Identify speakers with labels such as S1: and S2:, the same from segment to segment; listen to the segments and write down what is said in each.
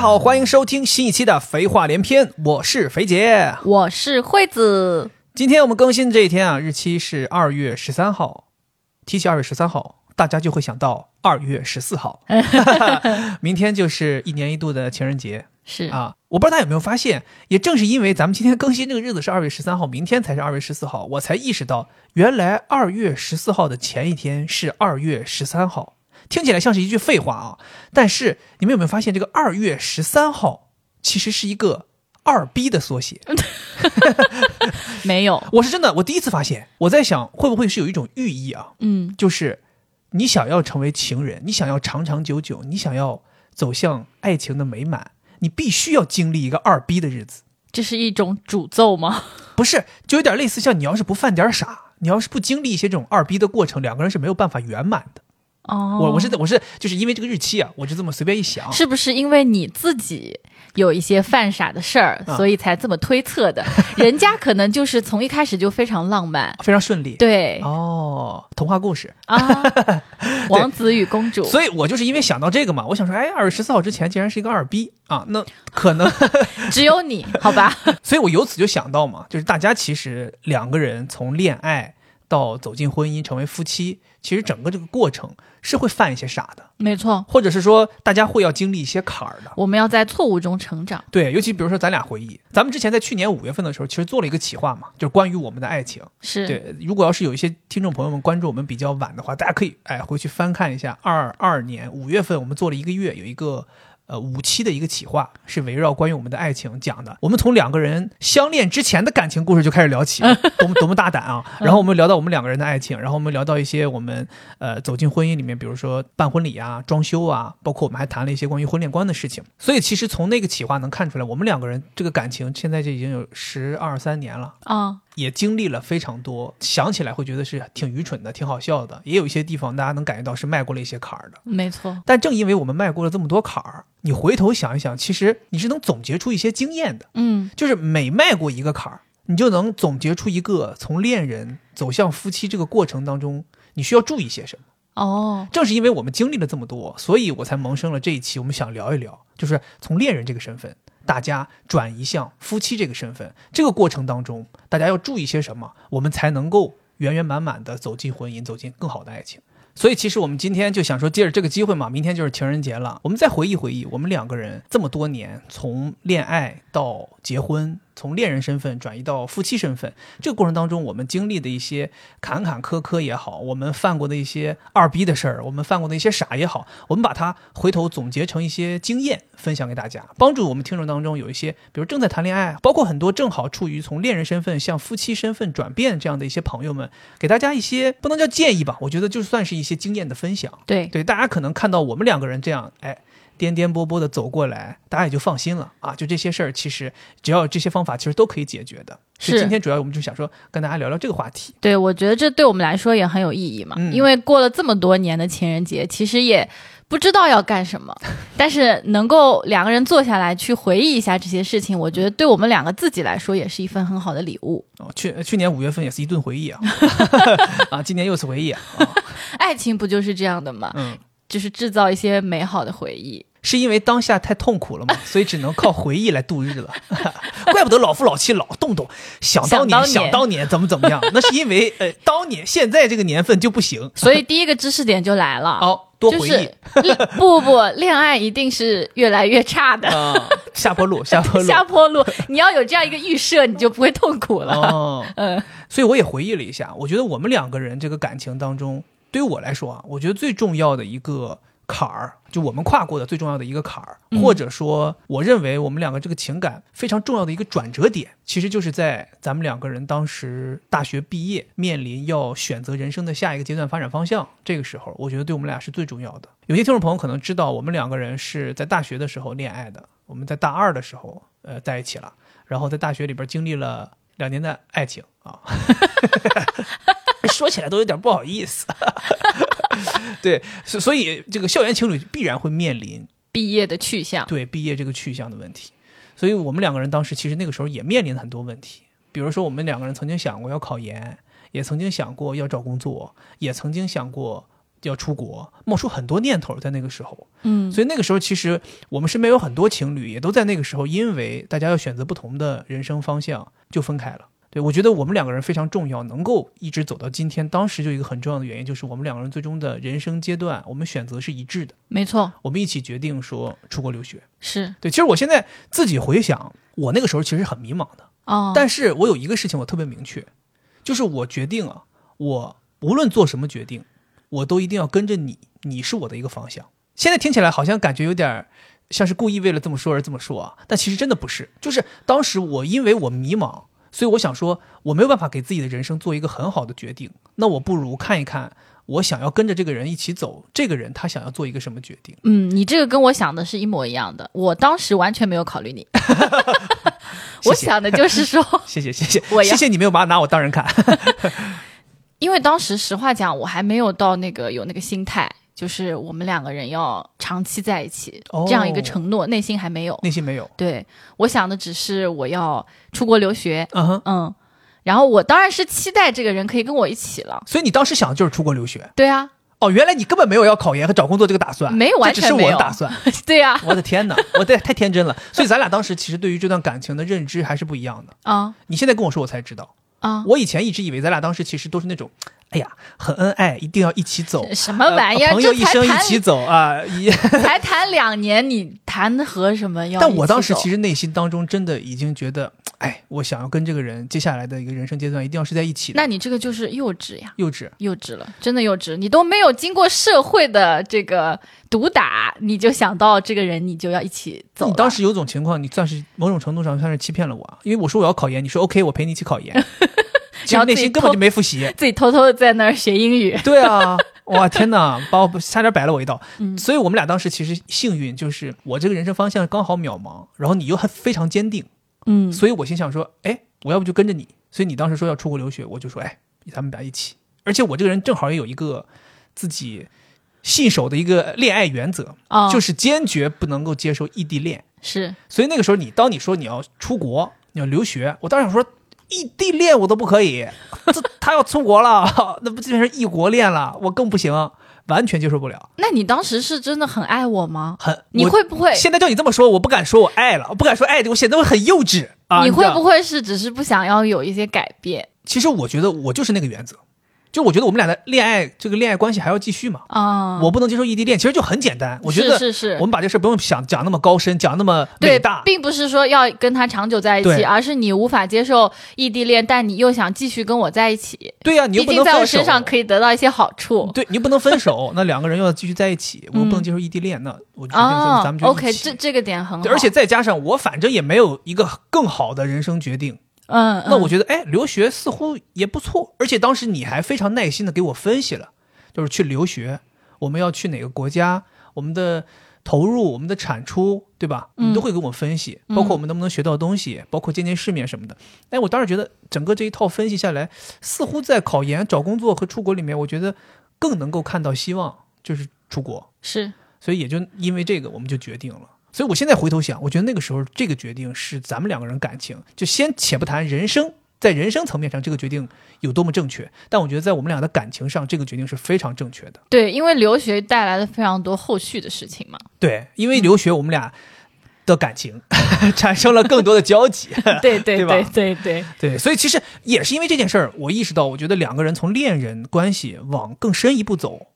S1: 好，欢迎收听新一期的《肥话连篇》，我是肥姐。
S2: 我是惠子，
S1: 今天我们更新的这一天啊，日期是二月十三号。提起二月十三号，大家就会想到二月十四号， 明天就是一年一度的情人节
S2: 是
S1: 啊。我不知道大家有没有发现，也正是因为咱们今天更新这个日子是二月十三号，明天才是二月十四号，我才意识到原来二月十四号的前一天是二月十三号。听起来像是一句废话啊，但是你们有没有发现，这个二月十三号其实是一个二逼的缩写？
S2: 没有，
S1: 我是真的，我第一次发现，我在想会不会是有一种寓意啊，
S2: 嗯，
S1: 就是你想要成为情人，你想要长长久久，你想要走向爱情的美满，你必须要经历一个二逼的日子，
S2: 这是一种诅咒吗？
S1: 不是，就有点类似像你要是不犯点傻，你要是不经历一些这种二逼的过程，两个人是没有办法圆满的。
S2: 哦，
S1: 我我是我是就是因为这个日期啊，我就这么随便一想，
S2: 是不是因为你自己有一些犯傻的事儿，
S1: 啊
S2: 所以才这么推测 的？人家可能就是从一开始就非常浪漫，
S1: 啊非常顺利。
S2: 对
S1: 哦，童话故事，
S2: 啊，王子与公主，
S1: 所以我就是因为想到这个嘛，我想说，哎，二月十四号之前竟然是一个二逼啊，那可能
S2: 只有你好吧？
S1: 所以我由此就想到嘛，就是大家其实两个人从恋爱到走进婚姻成为夫妻，其实整个这个过程是会犯一些傻的，
S2: 没错，
S1: 或者是说大家会要经历一些坎儿的。
S2: 我们要在错误中成长，
S1: 对，尤其比如说咱俩回忆，咱们之前在去年五月份的时候，其实做了一个企划嘛，就是关于我们的爱情。
S2: 是
S1: 对，如果要是有一些听众朋友们关注我们比较晚的话，大家可以哎回去翻看一下二二年五月份我们做了一个月有一个。呃，五期的一个企划是围绕关于我们的爱情讲的。我们从两个人相恋之前的感情故事就开始聊起，多么多么大胆啊！然后我们聊到我们两个人的爱情，然后我们聊到一些我们呃走进婚姻里面，比如说办婚礼啊、装修啊，包括我们还谈了一些关于婚恋观的事情。所以其实从那个企划能看出来，我们两个人这个感情现在就已经有十二三年了。
S2: 啊，
S1: 也经历了非常多，想起来会觉得是挺愚蠢的、挺好笑的，也有一些地方大家能感觉到是迈过了一些坎儿的。
S2: 没错，
S1: 但正因为我们迈过了这么多坎儿，你回头想一想，其实你是能总结出一些经验的，
S2: 嗯，
S1: 就是每迈过一个坎儿，你就能总结出一个从恋人走向夫妻这个过程当中你需要注意些什么。
S2: 哦，
S1: 正是因为我们经历了这么多，所以我才萌生了这一期，我们想聊一聊，就是从恋人这个身份，大家转移向夫妻这个身份，这个过程当中，大家要注意些什么，我们才能够圆圆满满的走进婚姻，走进更好的爱情。所以，其实我们今天就想说，借着这个机会嘛，明天就是情人节了，我们再回忆回忆，我们两个人这么多年，从恋爱到结婚，从恋人身份转移到夫妻身份，这个过程当中，我们经历的一些坎坎坷坷也好，我们犯过的一些二逼的事儿，我们犯过的一些傻也好，我们把它回头总结成一些经验，分享给大家，帮助我们听众当中有一些，比如正在谈恋爱，包括很多正好处于从恋人身份向夫妻身份转变这样的一些朋友们，给大家一些不能叫建议吧，我觉得就算是一些经验的分享。
S2: 对，
S1: 对，大家可能看到我们两个人这样，哎，颠颠簸簸的走过来，大家也就放心了啊。就这些事儿，其实只要有这些方法，其实都可以解决的。所以
S2: 是
S1: 今天主要我们就想说跟大家聊聊这个话题。
S2: 对，我觉得这对我们来说也很有意义嘛，
S1: 嗯
S2: 因为过了这么多年的情人节，其实也不知道要干 什么，但是能够两个人坐下来去回忆一下这些事情，我觉得对我们两个自己来说也是一份很好的礼物。
S1: 哦，去去年五月份也是一顿回忆 啊，啊，今年又是回忆啊，
S2: 爱情不就是这样的吗？
S1: 嗯，
S2: 就是制造一些美好的回忆。
S1: 是因为当下太痛苦了嘛，所以只能靠回忆来度日了， 怪不得老夫老妻老动动想当年
S2: 想当年
S1: 想当年怎么怎么样，那是因为呃当年现在这个年份就不行，
S2: 所以第一个知识点就来 了，
S1: 哦，多回忆、
S2: 就是恋不不不，恋爱一定是越来越 差的。
S1: 啊，下坡路，下坡路，
S2: 下坡路，你要有这样一个预设，你就不会痛苦了。
S1: 哦，
S2: 嗯，
S1: 所以我也回忆了一下，我觉得我们两个人这个感情当中，对于我来说啊，我觉得最重要的一个坎儿，就我们跨过的最重要的一个坎儿，嗯或者说我认为我们两个这个情感非常重要的一个转折点，其实就是在咱们两个人当时大学毕业，面临要选择人生的下一个阶段发展方向，这个时候，我觉得对我们俩是最重要的。有些听众朋友可能知道，我们两个人是在大学的时候恋爱的，我们在大二的时候呃在一起了，然后在大学里边经历了两年的爱情啊。说起来都有点不好意思。 对，所所以这个校园情侣必然会面临
S2: 毕业的去向，
S1: 对毕业这个去向的问题，所以我们两个人当时其实那个时候也面临很多问题，比如说我们两个人曾经想过要考研，也曾经想过要找工作，也曾经想过要出国，冒出很多念头在那个时候。
S2: 嗯，
S1: 所以那个时候，其实我们身边有很多情侣也都在那个时候，因为大家要选择不同的人生方向，就分开了。对我觉得我们两个人非常重要，能够一直走到今天，当时就有一个很重要的原因，就是我们两个人最终的人生阶段，我们选择是一致的，
S2: 没错，
S1: 我们一起决定说出国留学。
S2: 是
S1: 对，其实我现在自己回想，我那个时候其实很迷茫的，
S2: 哦，
S1: 但是我有一个事情我特别明确，就是我决定啊，我无论做什么决定，我都一定要跟着你，你是我的一个方向。现在听起来好像感觉有点儿像是故意为了这么说而这么说啊，但其实真的不是，就是当时我因为我迷茫，所以我想说我没有办法给自己的人生做一个很好的决定，那我不如看一看我想要跟着这个人一起走，这个人他想要做一个什么决定。
S2: 嗯，你这个跟我想的是一模一样的，我当时完全没有考 虑你，我
S1: 谢谢
S2: 想的就 是说，
S1: 谢谢谢谢，
S2: 我要
S1: 谢谢你没有把拿我当人看。
S2: 因为当时实话讲，我还没有到那个有那个心态，就是我们两个人要长期在一起、
S1: 哦
S2: 这样一个承诺，内心还没有。
S1: 内心没有，
S2: 对我想的只是我要出国留学，
S1: 嗯哼，
S2: 嗯，然后我当然是期待这个人可以跟我一起了。
S1: 所以你当时想的就是出国留学。
S2: 对啊，
S1: 哦，原来你根本没有要考研和找工作这个打算，
S2: 没有完
S1: 这只是
S2: 全没
S1: 我的
S2: 有
S1: 打算。
S2: 对啊呀、
S1: 我的 天哪，我这太天真了。所以咱俩当时其实对于这段感情的认知还是不一样的。
S2: 啊，
S1: 你现在跟我说，我才知道，
S2: 啊
S1: 我以前一直以为咱俩当时其实都是那种，哎呀，很恩爱，一定要一起走，
S2: 什么玩意儿？
S1: 呃朋友
S2: 这
S1: 一
S2: 才
S1: 生一
S2: 谈
S1: 起走啊。一
S2: 才谈两年，你谈何什么要？
S1: 但我当时其
S2: 实，
S1: 实内心当中真的已经觉得，哎，我想要跟这个人接下来的一个人生阶段一定要是在一起的。
S2: 那你这个就是幼稚呀，
S1: 幼稚，
S2: 幼稚了，真的幼稚。你都没有经过社会的这个毒打，你就想到这个人，你就要一起走
S1: 你
S2: 了。
S1: 当时有种情况，你算是某种程度上算是欺骗了我啊，因为我说我要考研，你说 OK，我陪你一起考 研，其实
S2: 然后自己
S1: 内心根本就没复习。
S2: 自己偷偷地在那儿学英语，
S1: 对啊，哇天哪，把我差点摆了我一道。
S2: 嗯
S1: 所以我们俩当时其实幸运，就是我这个人生方向刚好渺茫，然后你又很非常坚定，
S2: 嗯，
S1: 所以我心想说，哎，我要不就跟着你。所以你当时说要出国留学，我就说，哎，咱们俩一起。而且我这个人正好也有一个自己信守的一个恋爱原则，
S2: 哦，
S1: 就是是坚决不能够接受异地恋。
S2: 是
S1: 所以那个时候你，当你说你要出国，你要留学，我当时想说异地恋我都不可以，这他要出国了，那不就变成异国恋了？我更不行，完全接受不了。
S2: 那你当时是真的很爱我吗？
S1: 很，
S2: 你
S1: 我
S2: 会不会？
S1: 现在叫你这么说，我不敢说我爱了，我不敢说爱我显得我很幼稚啊。
S2: 你
S1: 知
S2: 会
S1: 道
S2: 不会是只是不想要有一些改变
S1: 其实我觉得我就是那个原则，就我觉得我们俩的恋爱这个恋爱关系还要继续嘛，
S2: 啊？
S1: 我不能接受异地恋，其实就很简单。我觉得
S2: 是是是，
S1: 我们把这事儿不用想讲那么高深，讲那么伟
S2: 对
S1: 大，。
S2: 并不是说要跟他长久在一
S1: 对
S2: 起，而是你无法接受异地恋，但你又想继续跟我在一起。
S1: 对呀、你又
S2: 毕
S1: 不
S2: 竟
S1: 能
S2: 在我
S1: 分手。
S2: 身上可以得到一些好处。
S1: 对你不能分 手，那两个人又要继续在一起，我又不能
S2: 嗯
S1: 接受异地恋，那我就决定说
S2: 哦
S1: 咱们就
S2: OK，
S1: 一起。
S2: 这这个点很好。
S1: 对而且再加上我反正也没有一个更好的人生决定，
S2: 嗯，嗯，
S1: 那我觉得哎，留学似乎也不错。而且当时你还非常耐心的给我分析了，就是去留学，我们要去哪个国家，我们的投入、我们的产出，对吧？你都会给我们分析，
S2: 嗯
S1: 包括我们能不能学到东西，包括见见世面什么的。哎，我当时觉得整个这一套分析下来，似乎在考研、找工作和出国里面，我觉得更能够看到希望，就是出国。
S2: 是
S1: 所以也就因为这个，我们就决定了。所以我现在回头想，我觉得那个时候这个决定是咱们两个人感情，就先且不谈人生，在人生层面上这个决定有多么正确，但我觉得在我们俩的感情上，这个决定是非常正确的。
S2: 对，因为留学带来了非常多后续的事情嘛。
S1: 对，因为留学我们俩的感情 产生了更多的交集。
S2: 对对
S1: 对吧
S2: 对对对，
S1: 对，所以其实也是因为这件事儿，我意识到，我觉得两个人从恋人关系往更深一步走，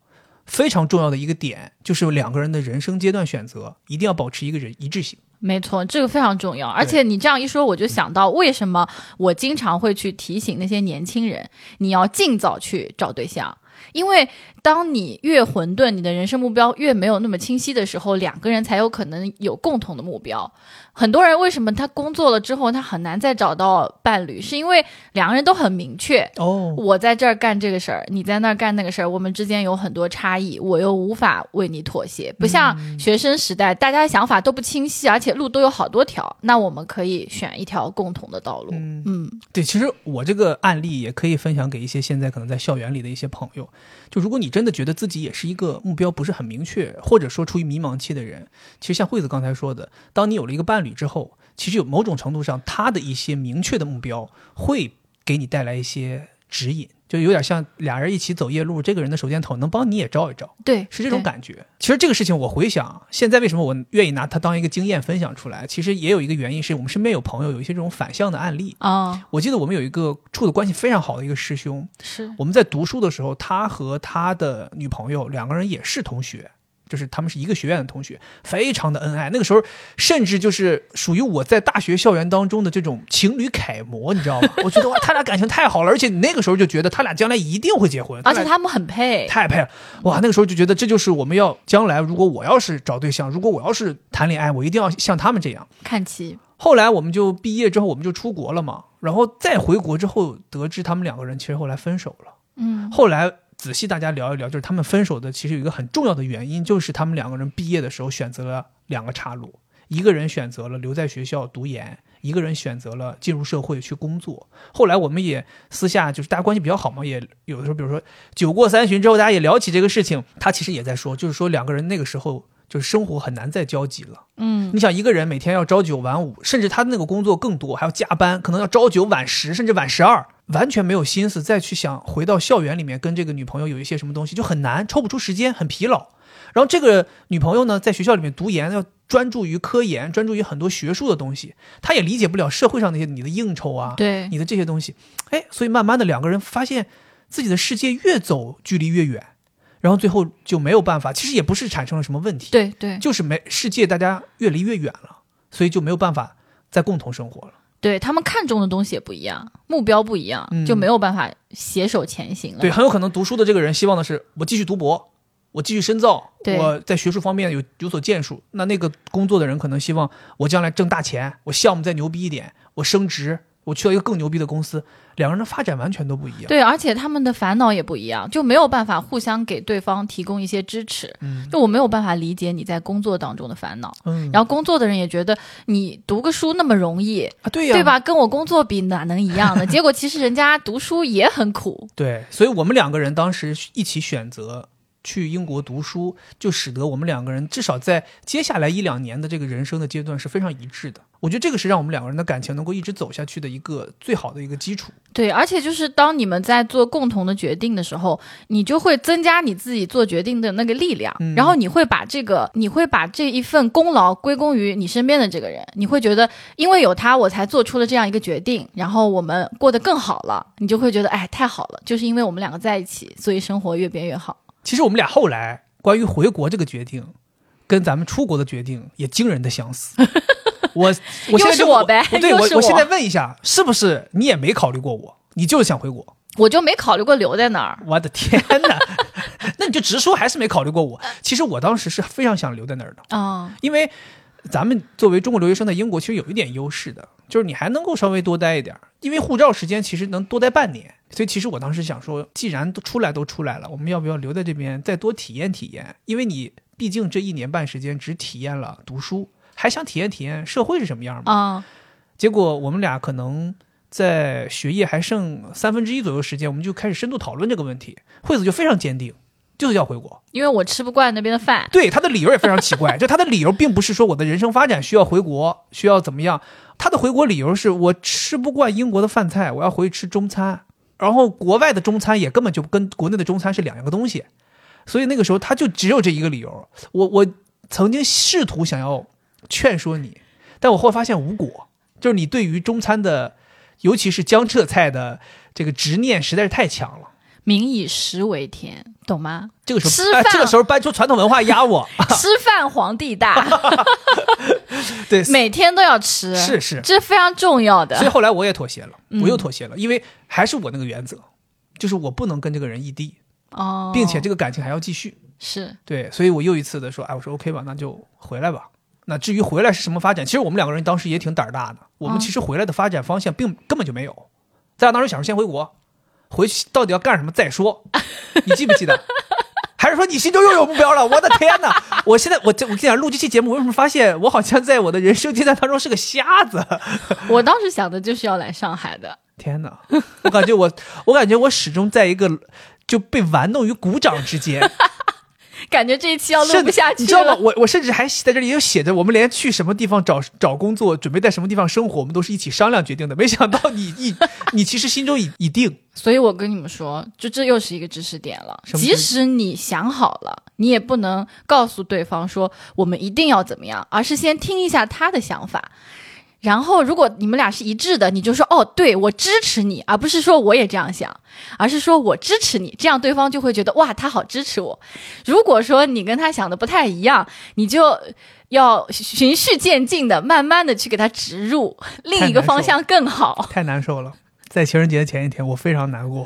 S1: 非常重要的一个点就是两个人的人生阶段选择一定要保持一个人一致性。
S2: 没错，这个非常重要。而且你这样一说，我就想到为什么我经常会去提醒那些年轻人，你要尽早去找对象。因为当你越混沌，你的人生目标越没有那么清晰的时候，两个人才有可能有共同的目标。很多人为什么他工作了之后，他很难再找到伴侣，是因为两个人都很明确，
S1: 哦
S2: 我在这儿干这个事儿，你在那儿干那个事儿，我们之间有很多差异，我又无法为你妥协。不像
S1: 嗯
S2: 学生时代，大家想法都不清晰，而且路都有好多条，那我们可以选一条共同的道路。嗯
S1: 对，其实我这个案例也可以分享给一些现在可能在校园里的一些朋友。就如果你真的觉得自己也是一个目标不是很明确，或者说处于迷茫期的人，其实像惠子刚才说的，当你有了一个伴侣之后，其实有某种程度上他的一些明确的目标会给你带来一些指引，就有点像俩人一起走夜路，这个人的手电筒能帮你也照一照，
S2: 对，
S1: 是这种
S2: 对
S1: 感觉。其实这个事情我回想，现在为什么我愿意拿它当一个经验分享出来，其实也有一个原因是我们身边有朋友有一些这种反向的案例。
S2: 啊，
S1: 我记得我们有一个处的关系非常好的一个师兄，
S2: 是
S1: 我们在读书的时候，他和他的女朋友两个人也是同学，就是他们是一个学院的同学，非常的恩爱。那个时候，甚至就是属于我在大学校园当中的这种情侣楷模，你知 道吗？我觉得哇，他俩感情太好了，而且你那个时候就觉得他俩将来一定会结婚，
S2: 而且
S1: 俩
S2: 他们很配，
S1: 太配了，哇！那个时候就觉得这就是我们要将来，如果我要是找对象，如果我要是谈恋爱，我一定要像他们这样。
S2: 看齐，
S1: 后来我们就毕业之后，我们就出国了嘛，然后再回国之后，得知他们两个人其实后来分手了。
S2: 嗯，
S1: 后来仔细大家聊一聊，就是他们分手的其实有一个很重要的原因，就是他们两个人毕业的时候选择了两个岔路，一个人选择了留在学校读研，一个人选择了进入社会去工作。后来我们也私下就是大家关系比较好嘛，也有的时候，比如说酒过三巡之后，大家也聊起这个事情，他其实也在说，就是说两个人那个时候就是生活很难再交集了。
S2: 嗯，
S1: 你想一个人每天要朝九晚五，甚至他那个工作更多，还要加班，可能要朝九晚十，甚至晚十二，完全没有心思再去想回到校园里面跟这个女朋友有一些什么东西，就很难，抽不出时间，很疲劳。然后这个女朋友呢，在学校里面读研，要专注于科研，专注于很多学术的东西，她也理解不了社会上那些你的应酬啊，
S2: 对，
S1: 你的这些东西，哎，所以慢慢的两个人发现自己的世界越走距离越远，然后最后就没有办法，其实也不是产生了什么问题，
S2: 对对
S1: 就是没世界大家越离越远了，所以就没有办法再共同生活了。
S2: 对，他们看重的东西也不一样，目标不一样，就
S1: 嗯
S2: 没有办法携手前行了。
S1: 对，很有可能读书的这个人希望的是我继续读博，我继续深造，
S2: 对
S1: 我在学术方面有有所建树。那那个工作的人可能希望我将来挣大钱，我项目再牛逼一点，我升职，我去到一个更牛逼的公司，两个人的发展完全都不一样。
S2: 对，而且他们的烦恼也不一样，就没有办法互相给对方提供一些支持。
S1: 嗯
S2: 就我没有办法理解你在工作当中的烦恼，
S1: 嗯
S2: 然后工作的人也觉得你读个书那么容易，
S1: 啊，对呀、
S2: 对？吧？跟我工作比哪能一 样呢？结果其实人家读书也很苦，
S1: 对，所以我们两个人当时一起选择去英国读书，就使得我们两个人至少在接下来一两年的这个人生的阶段是非常一致的。我觉得这个是让我们两个人的感情能够一直走下去的一个最好的一个基础。
S2: 对，而且就是当你们在做共同的决定的时候，你就会增加你自己做决定的那个力量，
S1: 嗯
S2: 然后你会把这个，你会把这一份功劳归功于你身边的这个人，你会觉得因为有他，我才做出了这样一个决定，然后我们过得更好了，你就会觉得哎，太好了，就是因为我们两个在一起，所以生活越变越好。
S1: 其实我们俩后来关于回国这个决定，跟咱们出国的决定也惊人的相 似。我我现在
S2: 又是
S1: 就
S2: 我呗
S1: 对
S2: 又
S1: 我
S2: 是
S1: 我现
S2: 我
S1: 在问一下，是不是你也没考虑过我？你就是想回国？
S2: 我就没考虑过留在哪儿，
S1: 我的天哪！ 那你就直说，还是没考虑过我？其实我当时是非常想留在那儿的。
S2: 啊、
S1: 因为咱们作为中国留学生在英国，其实有一点优势的，就是你还能够稍微多待一点儿，因为护照时间其实能多待半年。所以其实我当时想说，既然都出来都出来了，我们要不要留在这边再多体验体验？因为你毕竟这一年半时间只体验了读书，还想体验体验社会是什么样嘛？
S2: 啊、
S1: 结果我们俩可能在学业还剩三分之一左右时间，我们就开始深度讨论这个问题。惠子就非常坚定，就是要回国。
S2: 因为我吃不惯那边的饭，
S1: 对他的理由也非常奇怪， 就他的理由并不是说我的人生发展需要回国，需要怎么样，他的回国理由是我吃不惯英国的饭菜，我要回去吃中餐，然后国外的中餐也根本就跟国内的中餐是两个东西，所以那个时候他就只有这一个理由。我我曾经试图想要劝说你，但我后来发现无果，就是你对于中餐的，尤其是江浙菜的这个执念实在是太强了。
S2: 民以食为天，懂吗？
S1: 这个时
S2: 吃
S1: 候，哎，
S2: 饭啊
S1: 这个时候搬出传统文化压我，
S2: 吃饭皇帝大，
S1: 对，
S2: 每天都要吃，
S1: 是是，
S2: 这非常重要的。
S1: 所以后来我也妥协了，
S2: 嗯
S1: 我又妥协了，因为还是我那个原则，就是我不能跟这个人异地，
S2: 哦，
S1: 并且这个感情还要继续。
S2: 是
S1: 对，所以我又一次的说，哎，我说 OK 吧，那就回来吧。那至于回来是什么发展，其实我们两个人当时也挺胆儿大的，我们
S2: 嗯
S1: 其实回来的发展方向并根本就没有。咱俩当时想说先回国，回去到底要干什么再说。你记不记得？ 还是说你心中又有目标了？我的天哪！我现在我这我跟你讲，录这期节目，我为什么发现我好像在我的人生阶段当中是个瞎子？
S2: 我当时想的就是要来上海的，
S1: 天哪！我 感觉我，我感觉我始终在一个就被玩弄于鼓掌之间。
S2: 感觉这一期要啊录
S1: 甚
S2: 不
S1: 至
S2: 下去了。
S1: 你知道吗？我我甚至还写在这里有写着，我们连去什么地方找找工作，准备在什么地方生活，我们都是一起商量决定的。没想到你你你其实心中已已 定，
S2: 所以我跟你们说，就这又是一个知识点了。
S1: 什么
S2: 即
S1: 知识
S2: 使你想好了，你也不能告诉对方说我们一定要怎么样，而是先听一下他的想法。然后，如果你们俩是一致的，你就说哦，对我支持你，而不是说我也这样想，而是说我支持你，啊这样对方就会觉得哇，他好支持我。如果说你跟他想的不太一样，你就要循序渐进的，慢慢的去给他植入另一个
S1: 太难受
S2: 方向更好。
S1: 太难受了。在情人节的前一天，我非常难 过，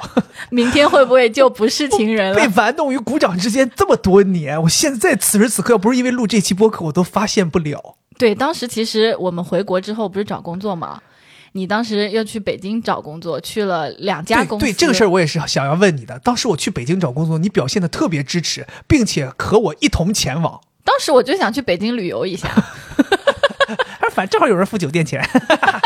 S2: 明天会不会就不是情人
S1: 被
S2: 了？
S1: 玩弄于股掌之间这么多年，我现在此时此刻，要不是因为录这期播客，我都发现不了。
S2: 对，当时其实我们回国之后不是找工作嘛，你当时又去北京找工作，去了两家
S1: 对
S2: 公司。
S1: 对，这个事儿我也是想要问你的。当时我去北京找工作，你表现的特别支持，并且和我一同前往。
S2: 当时我就想去北京旅游一下，
S1: 啊，反正正好有人付酒店钱，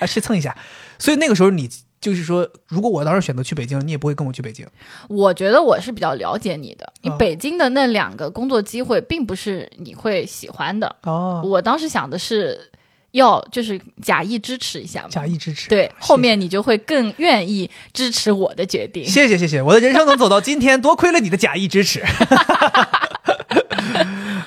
S1: 啊，去蹭一下。所以那个时候你就是说，如果我当时选择去北京，你也不会跟我去北京。
S2: 我觉得我是比较了解你的。你
S1: 啊
S2: 北京的那两个工作机会，并不是你会喜欢的。
S1: 哦，
S2: 我当时想的是要就是假意支持一下嘛，
S1: 假意支持。
S2: 对，
S1: 谢
S2: 后面你就会更愿意支持我的决 定。
S1: 谢谢谢谢，我的人生能走到今天，多亏了你的假意支持。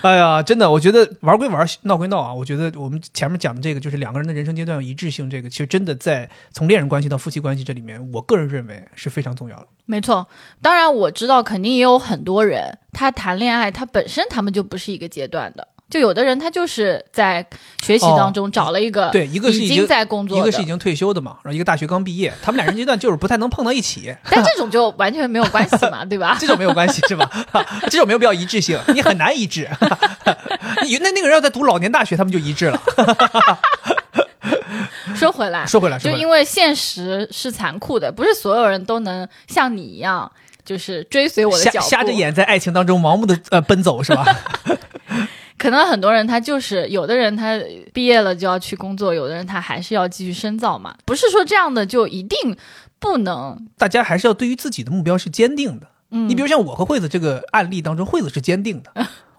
S1: 哎呀，真的，我觉得玩归玩，闹归闹啊。我觉得我们前面讲的这个，就是两个人的人生阶段有一致性，这个其实真的在从恋人关系到夫妻关系这里面，我个人认为是非常重要的。
S2: 没错，当然我知道，肯定也有很多人，他谈恋爱，他本身他们就不是一个阶段的。就有的人他就是在学习当中找了一个，
S1: 哦对一个是
S2: 已
S1: 已经
S2: 经在工作
S1: 一
S2: 的，
S1: 个是已经退休的嘛，然后一个大学刚毕业，他们俩人阶段就是不太能碰到一起。
S2: 但这种就完全没有关系 嘛，对吧？
S1: 这种没有关系是吧？ 这种没有必要一致性，你很难一致。 你那那个人要在读老年大学，他们就一致了。
S2: 说回来，
S1: 说回来，说
S2: 就
S1: 回来，
S2: 因为现实是残酷的，不是所有人都能像你一样，就是追随我的
S1: 瞎
S2: 脚步。
S1: 瞎着眼在爱情当中盲目的呃奔走是吧？
S2: 可能很多人他就是，有的人他毕业了就要去工作，有的人他还是要继续深造嘛。不是说这样的就一定不能，
S1: 大家还是要对于自己的目标是坚定的。
S2: 嗯，
S1: 你比如像我和惠子这个案例当中，惠子是坚定 的，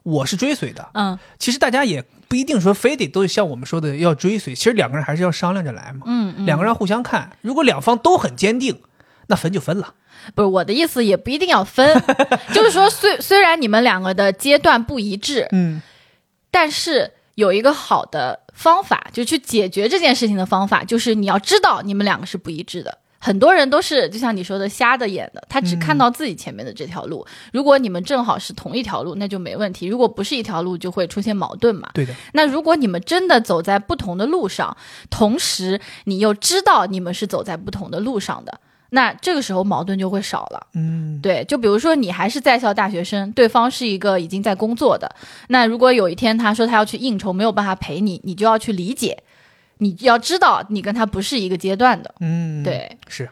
S1: 我是追随的。
S2: 嗯。
S1: 其实大家也不一定说非得都像我们说的要追随，其实两个人还是要商量着来嘛。
S2: 嗯，嗯
S1: 两个人要互相看，如果两方都很坚定，那分就分了。
S2: 不是我的意思，也不一定要分，就是说虽虽然你们两个的阶段不一致，
S1: 嗯，
S2: 但是有一个好的方法，就去解决这件事情的方法，就是你要知道你们两个是不一致的。很多人都是就像你说的瞎的眼的，他只看到自己前面的这条路。如果你们正好是同一条路，那就没问题；如果不是一条路，就会出现矛盾嘛。
S1: 对的。
S2: 那如果你们真的走在不同的路上，同时你又知道你们是走在不同的路上的，那这个时候矛盾就会少了。
S1: 嗯，
S2: 对，就比如说你还是在校大学生，对方是一个已经在工作的，那如果有一天他说他要去应酬，没有办法陪你，你就要去理解，你要知道你跟他不是一个阶段的，
S1: 嗯，，
S2: 对，
S1: 是。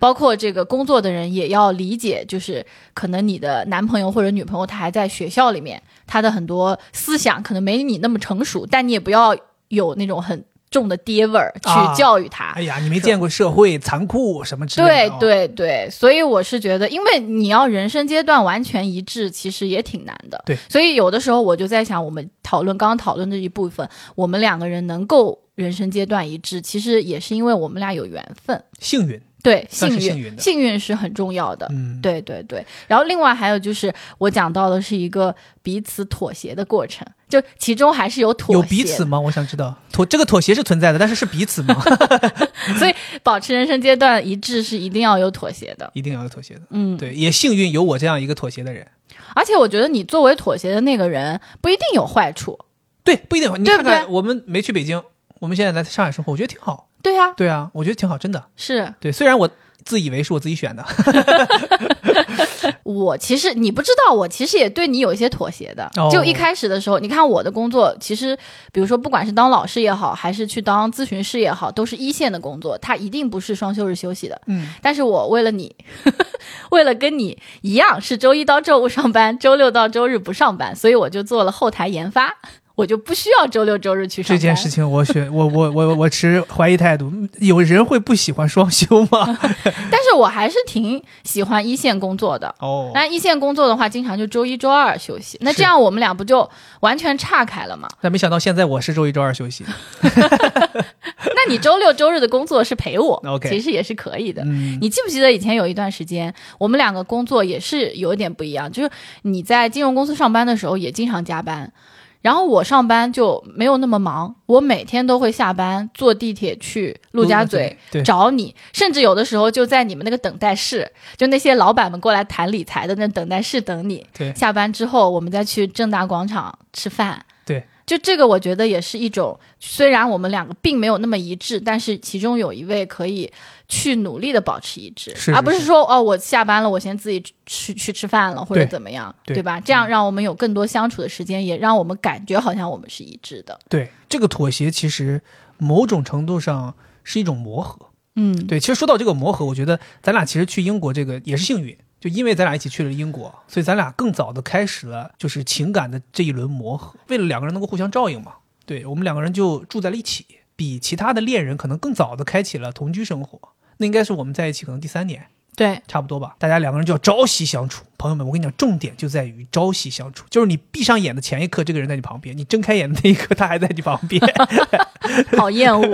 S2: 包括这个工作的人也要理解，就是可能你的男朋友或者女朋友他还在学校里面，他的很多思想可能没你那么成熟，但你也不要有那种很重的爹味儿
S1: 啊
S2: 去教育他，
S1: 哎呀，你没见过社会残酷什么之类
S2: 对
S1: 的、哦。，
S2: 对对，所以我是觉得，因为你要人生阶段完全一致，其实也挺难的。
S1: 对，
S2: 所以有的时候我就在想，我们讨论刚刚讨论的一部分，我们两个人能够人生阶段一致，其实也是因为我们俩有缘分。
S1: 幸运，
S2: 对，
S1: 算
S2: 幸
S1: 是
S2: 运，
S1: 幸运的
S2: 是很重要的。
S1: 嗯，
S2: 对对对，然后另外还有就是，我讲到的是一个彼此妥协的过程，就其中还是有妥协，
S1: 有彼此吗？我想知道，妥这个妥协是存在的，但是是彼此吗？
S2: 保持人生阶段一致是一定要有妥协的。
S1: 一定要有妥协的。
S2: 嗯，
S1: 对，也幸运有我这样一个妥协的人。
S2: 而且我觉得你作为妥协的那个人不一定有坏处。
S1: 对，不一定。你
S2: 对不
S1: 看
S2: 对
S1: 看，我们没去北京，我们现在在上海生活，我觉得挺好。
S2: 对啊，
S1: 对啊，我觉得挺好，真的。
S2: 是
S1: 对，虽然我自以为是我自己选的。
S2: 我其实你不知道，我其实也对你有一些妥协的。
S1: 哦
S2: 就一开始的时候，你看我的工作，其实比如说不管是当老师也好，还是去当咨询师也好，都是一线的工作，它一定不是双休日休息的。
S1: 嗯，
S2: 但是我为了你， 为了跟你一样是周一到周五上班，周六到周日不上班，所以我就做了后台研发。 我就不需要周六周日去上
S1: 这件
S2: 班。
S1: 事情我选我我我我持怀疑态度。嗯有人会不喜欢双休 吗？
S2: 但是我还是挺喜欢一线工作的。
S1: 哦，
S2: 那一线工作的话，经常就周一、周二休息。那
S1: 是
S2: 这样我们俩不就完全岔开 了吗？
S1: 但没想到现在我是周一周二休息。
S2: 那你周六周日的工作是陪我
S1: OK
S2: 其实也是可以的。
S1: 嗯，
S2: 你记不记得以前有一段时间，我们两个工作也是有一点不一样，就是你在金融公司上班的时候也经常加班，然后我上班就没有那么忙，我每天都会下班坐地铁去陆家嘴。
S1: 嗯对，
S2: 找你，甚至有的时候就在你们那个等待室，就那些老板们过来谈理财的那等待室等你。
S1: 对
S2: 下班之后我们再去正大广场吃饭。
S1: 对，
S2: 就这个我觉得也是一种，虽然我们两个并没有那么一致，但是其中有一位可以去努力的保持一致，
S1: 是是
S2: 而不是说哦我下班了我先自己去去吃饭了或者
S1: 对
S2: 怎么样，
S1: 对
S2: 吧？这样让我们有更多相处的时间，也让我们感觉好像我们是一致的。
S1: 对，这个妥协其实某种程度上是一种磨合。
S2: 嗯，
S1: 对，其实说到这个磨合，我觉得咱俩其实去英国这个也是幸运，就因为咱俩一起去了英国，所以咱俩更早的开始了就是情感的这一轮磨合。为了两个人能够互相照应嘛，对我们两个人就住在了一起，比其他的恋人可能更早的开启了同居生活。那应该是我们在一起可能第三年，
S2: 对，
S1: 差不多吧。大家两个人就要朝夕相处。朋友们，我跟你讲，重点就在于朝夕相处，就是你闭上眼的前一刻，这个人在你旁边；你睁开眼的那一刻，他还在你旁边，
S2: 好厌恶。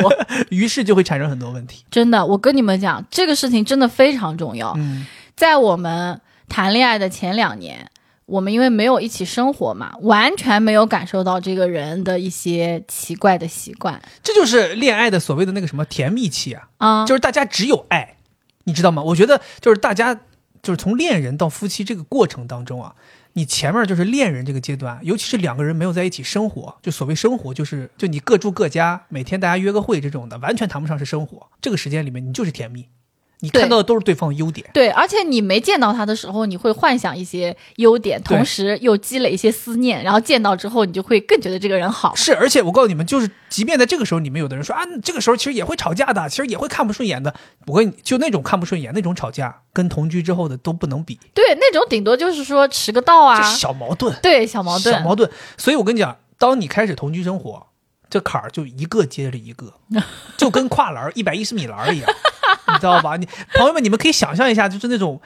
S1: 于是就会产生很多问题。
S2: 真的，我跟你们讲，这个事情真的非常重要。
S1: 嗯，
S2: 在我们谈恋爱的前两年，我们因为没有一起生活嘛，完全没有感受到这个人的一些奇怪的习惯
S1: 这就是恋爱的所谓的那个什么甜蜜期啊，
S2: 啊。
S1: 就是大家只有爱，你知道吗？我觉得就是大家就是从恋人到夫妻这个过程当中啊，你前面就是恋人这个阶段，尤其是两个人没有在一起生活，就所谓生活就是就你各住各家，每天大家约个会这种的，完全谈不上是生活。这个时间里面，你就是甜蜜，你看到的都是对方的优点。
S2: 对，而且你没见到他的时候，你会幻想一些优点，
S1: 对
S2: 同时又积累一些思念，然后见到之后，你就会更觉得这个人好。
S1: 是，而且我告诉你们，就是即便在这个时候，你们有的人说啊，这个时候其实也会吵架的，其实也会看不顺眼的。我跟你就那种看不顺眼那种吵架，跟同居之后的都不能比，
S2: 对，那种顶多就是说迟个到啊
S1: 这，小矛盾。
S2: 对，小矛盾
S1: 小。矛盾。所以我跟你讲，当你开始同居生活，这坎儿就一个接着一 个，就跟跨栏一百一十米栏儿一样， 你知道吧？你朋友们，你们可以想象一下，就是那种。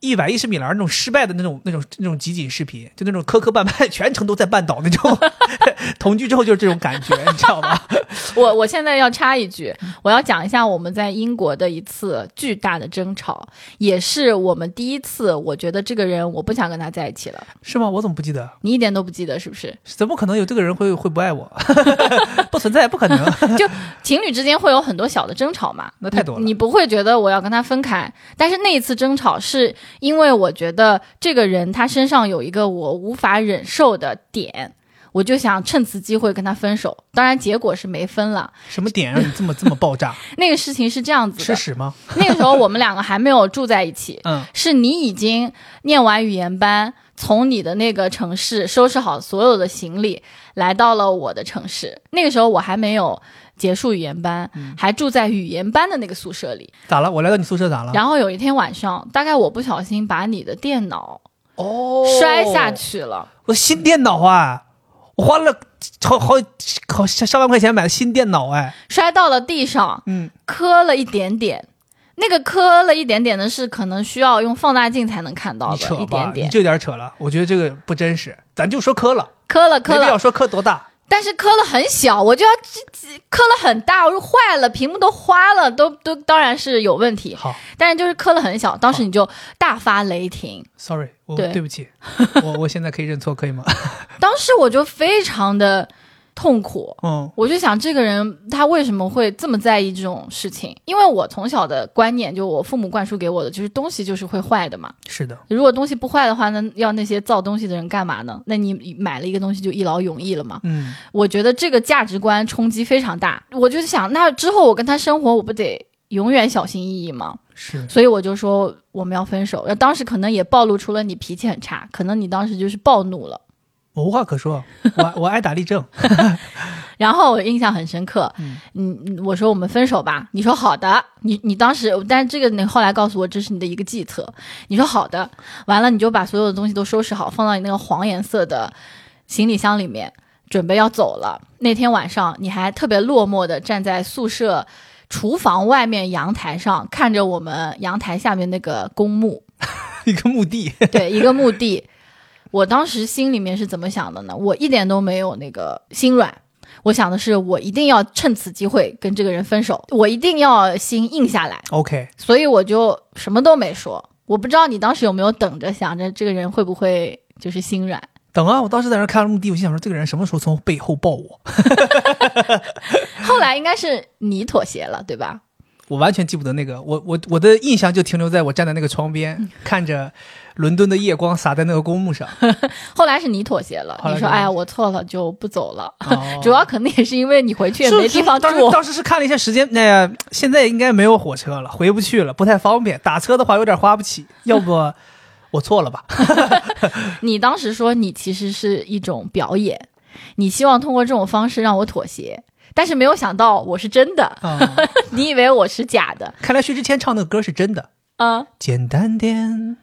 S1: 一百一十米栏儿那种失败的那种、那种、那种集锦视频，就那种磕磕绊绊， 全程都在绊倒那种。 同居之后就是这种感觉，你知道吧？
S2: 我我现在要插一句，
S1: 嗯
S2: 我要讲一下我们在英国的一次巨大的争吵，也是我们第一次，我觉得这个人我不想跟他在一起了。
S1: 是吗？我怎么不记得？
S2: 你一点都不记得是不是？
S1: 怎么可能有这个人会会不爱我？ 不存在，不可能。
S2: 情侣之间会有很多小的争吵嘛，
S1: 那太多了
S2: 你。你不会觉得我要跟他分开，但是那一次争吵是因为我觉得这个人他身上有一个我无法忍受的点。我就想趁此机会跟他分手，当然结果是没分了。
S1: 什么点让你这么这么爆炸？
S2: 那个事情 是这样子
S1: 吃
S2: 的，
S1: 屎吗？
S2: 那个时候我们两个还没有住在一起，
S1: 嗯，
S2: 是你已经念完语言班，从你的那个城市收拾好所有的行李，来到了我的城市。那个时候我还没有结束语言班，
S1: 嗯
S2: 还住在语言班的那个宿舍里。
S1: 咋了？我来到你宿舍咋了？
S2: 然后有一天晚上，大概我不小心把你的电脑
S1: 哦
S2: 摔下去了。
S1: 我新电脑啊，我花了好好好上上万块钱买的新电脑哎，
S2: 摔到了地上，
S1: 嗯，
S2: 磕了一点点。那个磕了一点点的是可能需要用放大镜才能看到
S1: 你扯
S2: 的，一
S1: 吧
S2: 点，
S1: 你
S2: 点，
S1: 这点扯了，我觉得这个不真实，咱就说磕了，
S2: 磕了
S1: 没
S2: 磕
S1: 必
S2: 了
S1: 要，说磕多大，
S2: 但是磕了很小，我就要这这磕了很大，我说坏了，屏幕都花了，都都当然是有问题，
S1: 好
S2: 但是就是磕了很小，当时你就大发雷霆，
S1: ，sorry，我
S2: 对
S1: 对不 起，我我现在可以认错，可以吗？
S2: 当时我就非常的痛苦。
S1: 嗯，
S2: 我就想，这个人他为什么会这么在意这种事情？因为我从小的观念，就我父母灌输给我的，就是东西就是会坏的嘛。
S1: 是的，
S2: 如果东西不坏的话，那要那些造东西的人干嘛呢？那你买了一个东西就一劳永逸了嘛？
S1: 嗯，
S2: 我觉得这个价值观冲击非常大。我就想，那之后我跟他生活，我不得永远小心翼翼吗？
S1: 是
S2: 所以我就说我们要分手。那当时可能也暴露出了你脾气很差，可能你当时就是暴怒了。
S1: 我无话可说， 我我爱打立正，
S2: 然后我印象很深刻，
S1: 嗯
S2: 嗯，我说我们分手吧，你说好的，你你当时，但是这个你后来告诉我这是你的一个计策，你说好的，完了你就把所有的东西都收拾好，放到你那个黄颜色的行李箱里面，准备要走了，那天晚上你还特别落寞的站在宿舍厨房外面阳台上，看着我们阳台下面那个公墓，
S1: 一个墓地，
S2: 对，一个墓地。我当时心里面是怎么想的呢？我一点都没有那个心软，我想的是我一定要趁此机会跟这个人分手，我一定要心硬下来，
S1: OK，
S2: 所以我就什么都没说。我不知道你当时有没有等着想着这个人会不会就是心软。
S1: 等啊！我当时在那看着墓地，我心想说，这个人什么时候从背后抱我？
S2: 后来应该是你妥协了，对吧？
S1: 我完全记不得那个，我我我的印象就停留在我站在那个窗
S2: 嗯
S1: 边，看着伦敦的夜光洒在那个公墓 上。
S2: 后来是你妥协了，
S1: 后来
S2: 你
S1: 是
S2: 说：“
S1: 我
S2: 哎呀，我错了，就不走了。
S1: 哦
S2: 主要可能也是因为你回去也
S1: 是
S2: 没地方
S1: 是当
S2: 住
S1: 时，当时是看了一下时间，那、呀，现在应该没有火车了，回不去了，不太方便。打车的话有点花不 起，要不我错了吧？
S2: 你当时说你其实是一种表演，你希望通过这种方式让我妥协，但是没有想到我是真 的，
S1: 啊、
S2: 你以为我是假的
S1: 看来薛之谦唱那个歌是真的。
S2: 啊？
S1: 简单点，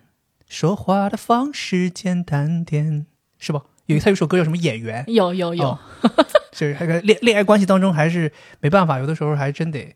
S1: 说话的方式简单点，是吧？有他有一首歌叫什么《演员》，
S2: 有有 有，
S1: 哦就是还恋恋爱关系当中，还是没办法，有的时候还真得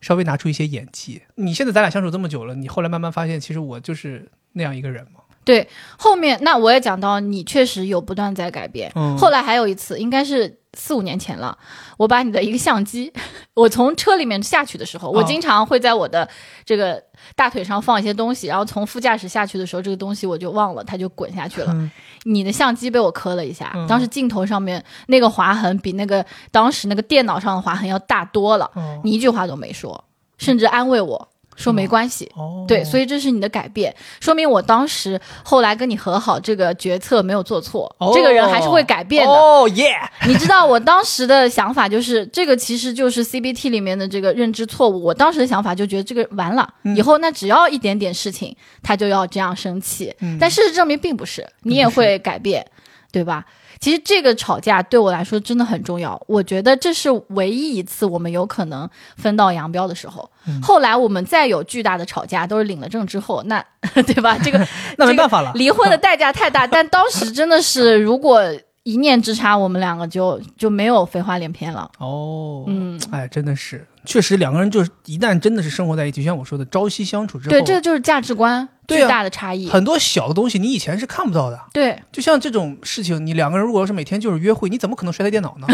S1: 稍微拿出一些演技。你现在咱俩相处这么久了，你后来慢慢发现，其实我就是那样一个人嘛。
S2: 对，后面那我也讲到，你确实有不断在改变。
S1: 嗯
S2: 后来还有一次，应该是四五年前了，我把你的一个相机， 我从车里面下去的时候，我
S1: 哦
S2: 经常会在我的这个大腿上放一些东西，然后从副驾驶下去的时候，这个东西我就忘了，它就滚下去了。
S1: 嗯
S2: 你的相机被我磕了一下，
S1: 嗯
S2: 当时镜头上面那个划痕比那个当时那个电脑上的划痕要大多了，
S1: 哦
S2: 你一句话都没说，甚至安慰我说没关系。
S1: 哦，
S2: 对，所以这是你的改变，说明我当时后来跟你和好这个决策没有做错，
S1: 哦
S2: 这个人还是会改变的。
S1: 哦耶！
S2: 你知道我当时的想法就是，这个其实就是 CBT 里面的这个认知错误。我当时的想法就觉得这个完了，以后那只要一点点事情，他就要这样生气。但事实证嗯明并不是，你也会改变，对吧？其实这个吵架对我来说真的很重要，我觉得这是唯一一次我们有可能分道扬镳的时候。后来我们再有巨大的吵架，都是领了证之后，那 对吧？这个
S1: 那没办法了，
S2: 离婚的代价太大，但当时真的是，如果一念之差，我们两个就就没有飞花连篇了。
S1: 哦，
S2: 嗯，
S1: 哎，真的是，确实两个人就是一旦真的是生活在一起，就像我说的，朝夕相处之后，
S2: 对，这就是价值观
S1: 对啊
S2: 巨大的差异。
S1: 很多小的东西你以前是看不到的。
S2: 对
S1: 就像这种事情，你两个人如果要是每天就是约会，你怎么可能摔台电脑呢？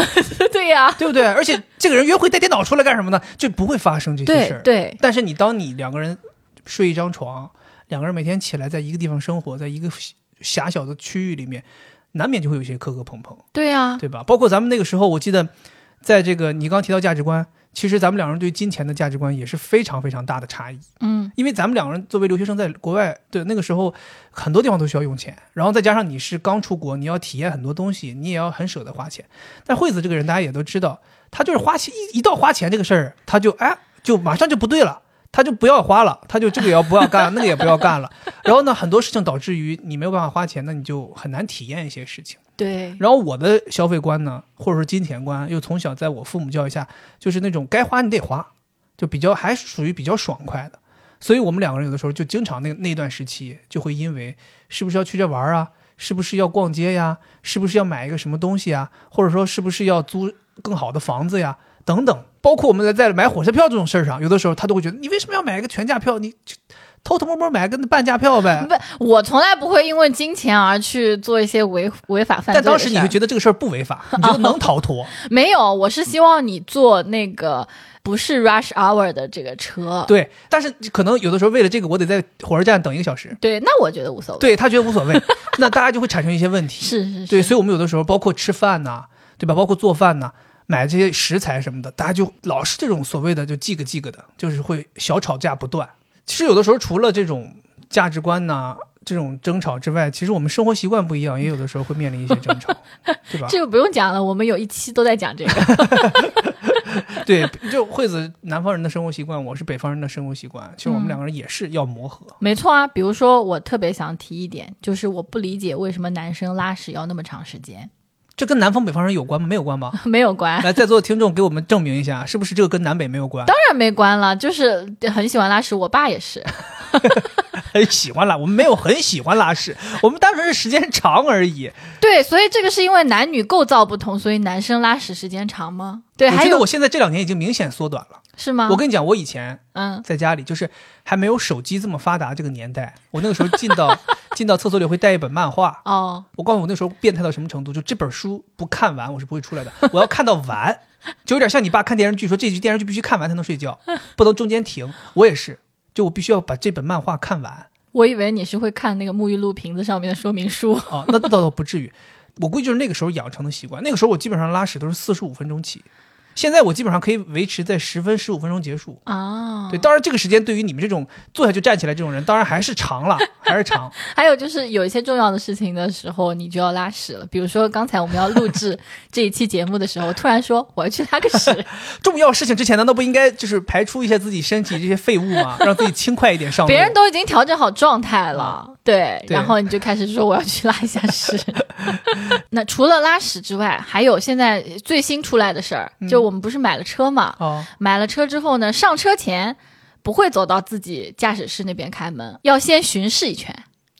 S2: 对呀、
S1: 对不对？而且这个人约会带电脑出来干什么呢？就不会发生这些事
S2: 对
S1: 儿。
S2: 对
S1: 但是你当你两个人睡一张床，两个人每天起来在一个地方生活，在一个狭小的区域里面，难免就会有一些磕磕碰碰，
S2: 对呀、
S1: 对吧？包括咱们那个时候，我记得，在这个你刚提到价值观，其实咱们两人对金钱的价值观也是非常非常大的差异。
S2: 嗯，
S1: 因为咱们两个人作为留学生在国外，对那个时候很多地方都需要用钱，然后再加上你是刚出国，你要体验很多东西，你也要很舍得花钱。但惠子这个人大家也都知道，他就是花钱一一到花钱这个事儿，他就哎就马上就不对了。他就不要花了，他就这个也要不要干，那个也不要干了。然后呢，很多事情导致于你没有办法花钱，那你就很难体验一些事情。
S2: 对
S1: 然后我的消费观呢，或者说金钱观，又从小在我父母教育下，就是那种该花你得花，就比较还是属于比较爽快的。所以我们两个人有的时候就经常那那段时期就会因为是不是要去这玩啊，是不是要逛街呀，是不是要买一个什么东西啊，或者说是不是要租更好的房子呀，等等，包括我们在在买火车票这种事儿上，有的时候他都会觉得你为什么要买一个全价票，你就偷偷摸摸买个半价票呗。
S2: 不，我从来不会因为金钱而去做一些违违法犯罪
S1: 但
S2: 的事儿。
S1: 当时你会觉得这个事儿不违法，你觉得能逃脱。
S2: 没有，我是希望你坐那个不是 rush hour 的这个车。
S1: 对，但是可能有的时候为了这个，我得在火车站等一个小时。
S2: 对那我觉得无所谓。
S1: 对他觉得无 所谓，那大家就会产生一些问题。
S2: 是是是，
S1: 对，所以我们有的时候包括吃饭呐、对吧？包括做饭呐、买这些食材什么的，大家就老是这种所谓的就记个记个的，就是会小吵架不断。其实有的时候除了这种价值观呐、这种争吵之外，其实我们生活习惯不一样，也有的时候会面临一些争吵，对吧？
S2: 这个不用讲了，我们有一期都在讲这个。
S1: 对，就惠子南方人的生活习惯，我是北方人的生活习惯，其实我们
S2: 嗯
S1: 两个人也是要磨合。
S2: 没错啊，比如说我特别想提一点，就是我不理解为什么男生拉屎要那么长时间，
S1: 这跟南方北方人有关吗？没有关吧？
S2: 没有关，
S1: 来，在座的听众给我们证明一下，是不是这个跟南北没有关？
S2: 当然没关了，就是很喜欢拉屎，我爸也是。
S1: 很喜欢拉，我们没有很喜欢拉屎，我们单纯是时间长而已。
S2: 对，所以这个是因为男女构造不同，所以男生拉屎时间长吗？对，
S1: 我
S2: 还
S1: 觉得
S2: 有啊
S1: 我现在这两年已经明显缩短了。
S2: 是吗？
S1: 我跟你讲，我以前
S2: 嗯，
S1: 在家里就是还没有手机这么发达这个年代，我那个时候进到 进到厕所里会带一本漫画。
S2: 哦，
S1: 我告诉你，我那时候变态到什么程度，就这本书不看完我是不会出来的，我要看到完，就有点像你爸看电视剧说这集电视剧必须看完才能睡觉，不能中间停。我也是，就我必须要把这本漫画看完。
S2: 我以为你是会看那个沐浴露瓶子上面的说明书。
S1: 啊，那倒倒不至于。我估计就是那个时候养成的习惯。那个时候我基本上拉屎都是四十五分钟起，现在我基本上可以维持在十分十五分钟结束。
S2: 啊，
S1: 对，当然这个时间对于你们这种坐下就站起来这种人，当然还是长了，还是长。
S2: 还有就是有一些重要的事情的时候，你就要拉屎了。比如说刚才我们要录 制这一期节目的时候，突然说我要去拉个屎，
S1: 重要事情之前难道不应该就是排出一下自己身体这些废物吗？让自己轻快一点上路。
S2: 别人都已经调整好状态了，对，
S1: 嗯对
S2: 然后你就开始说我要去拉一下 屎。那除了拉屎之外，还有现在最新出来的事儿，
S1: 嗯
S2: 就我们不是买了车嘛？
S1: 啊，
S2: 买了车之后呢，上车前不会走到自己驾驶室那边开门，要先巡视一圈，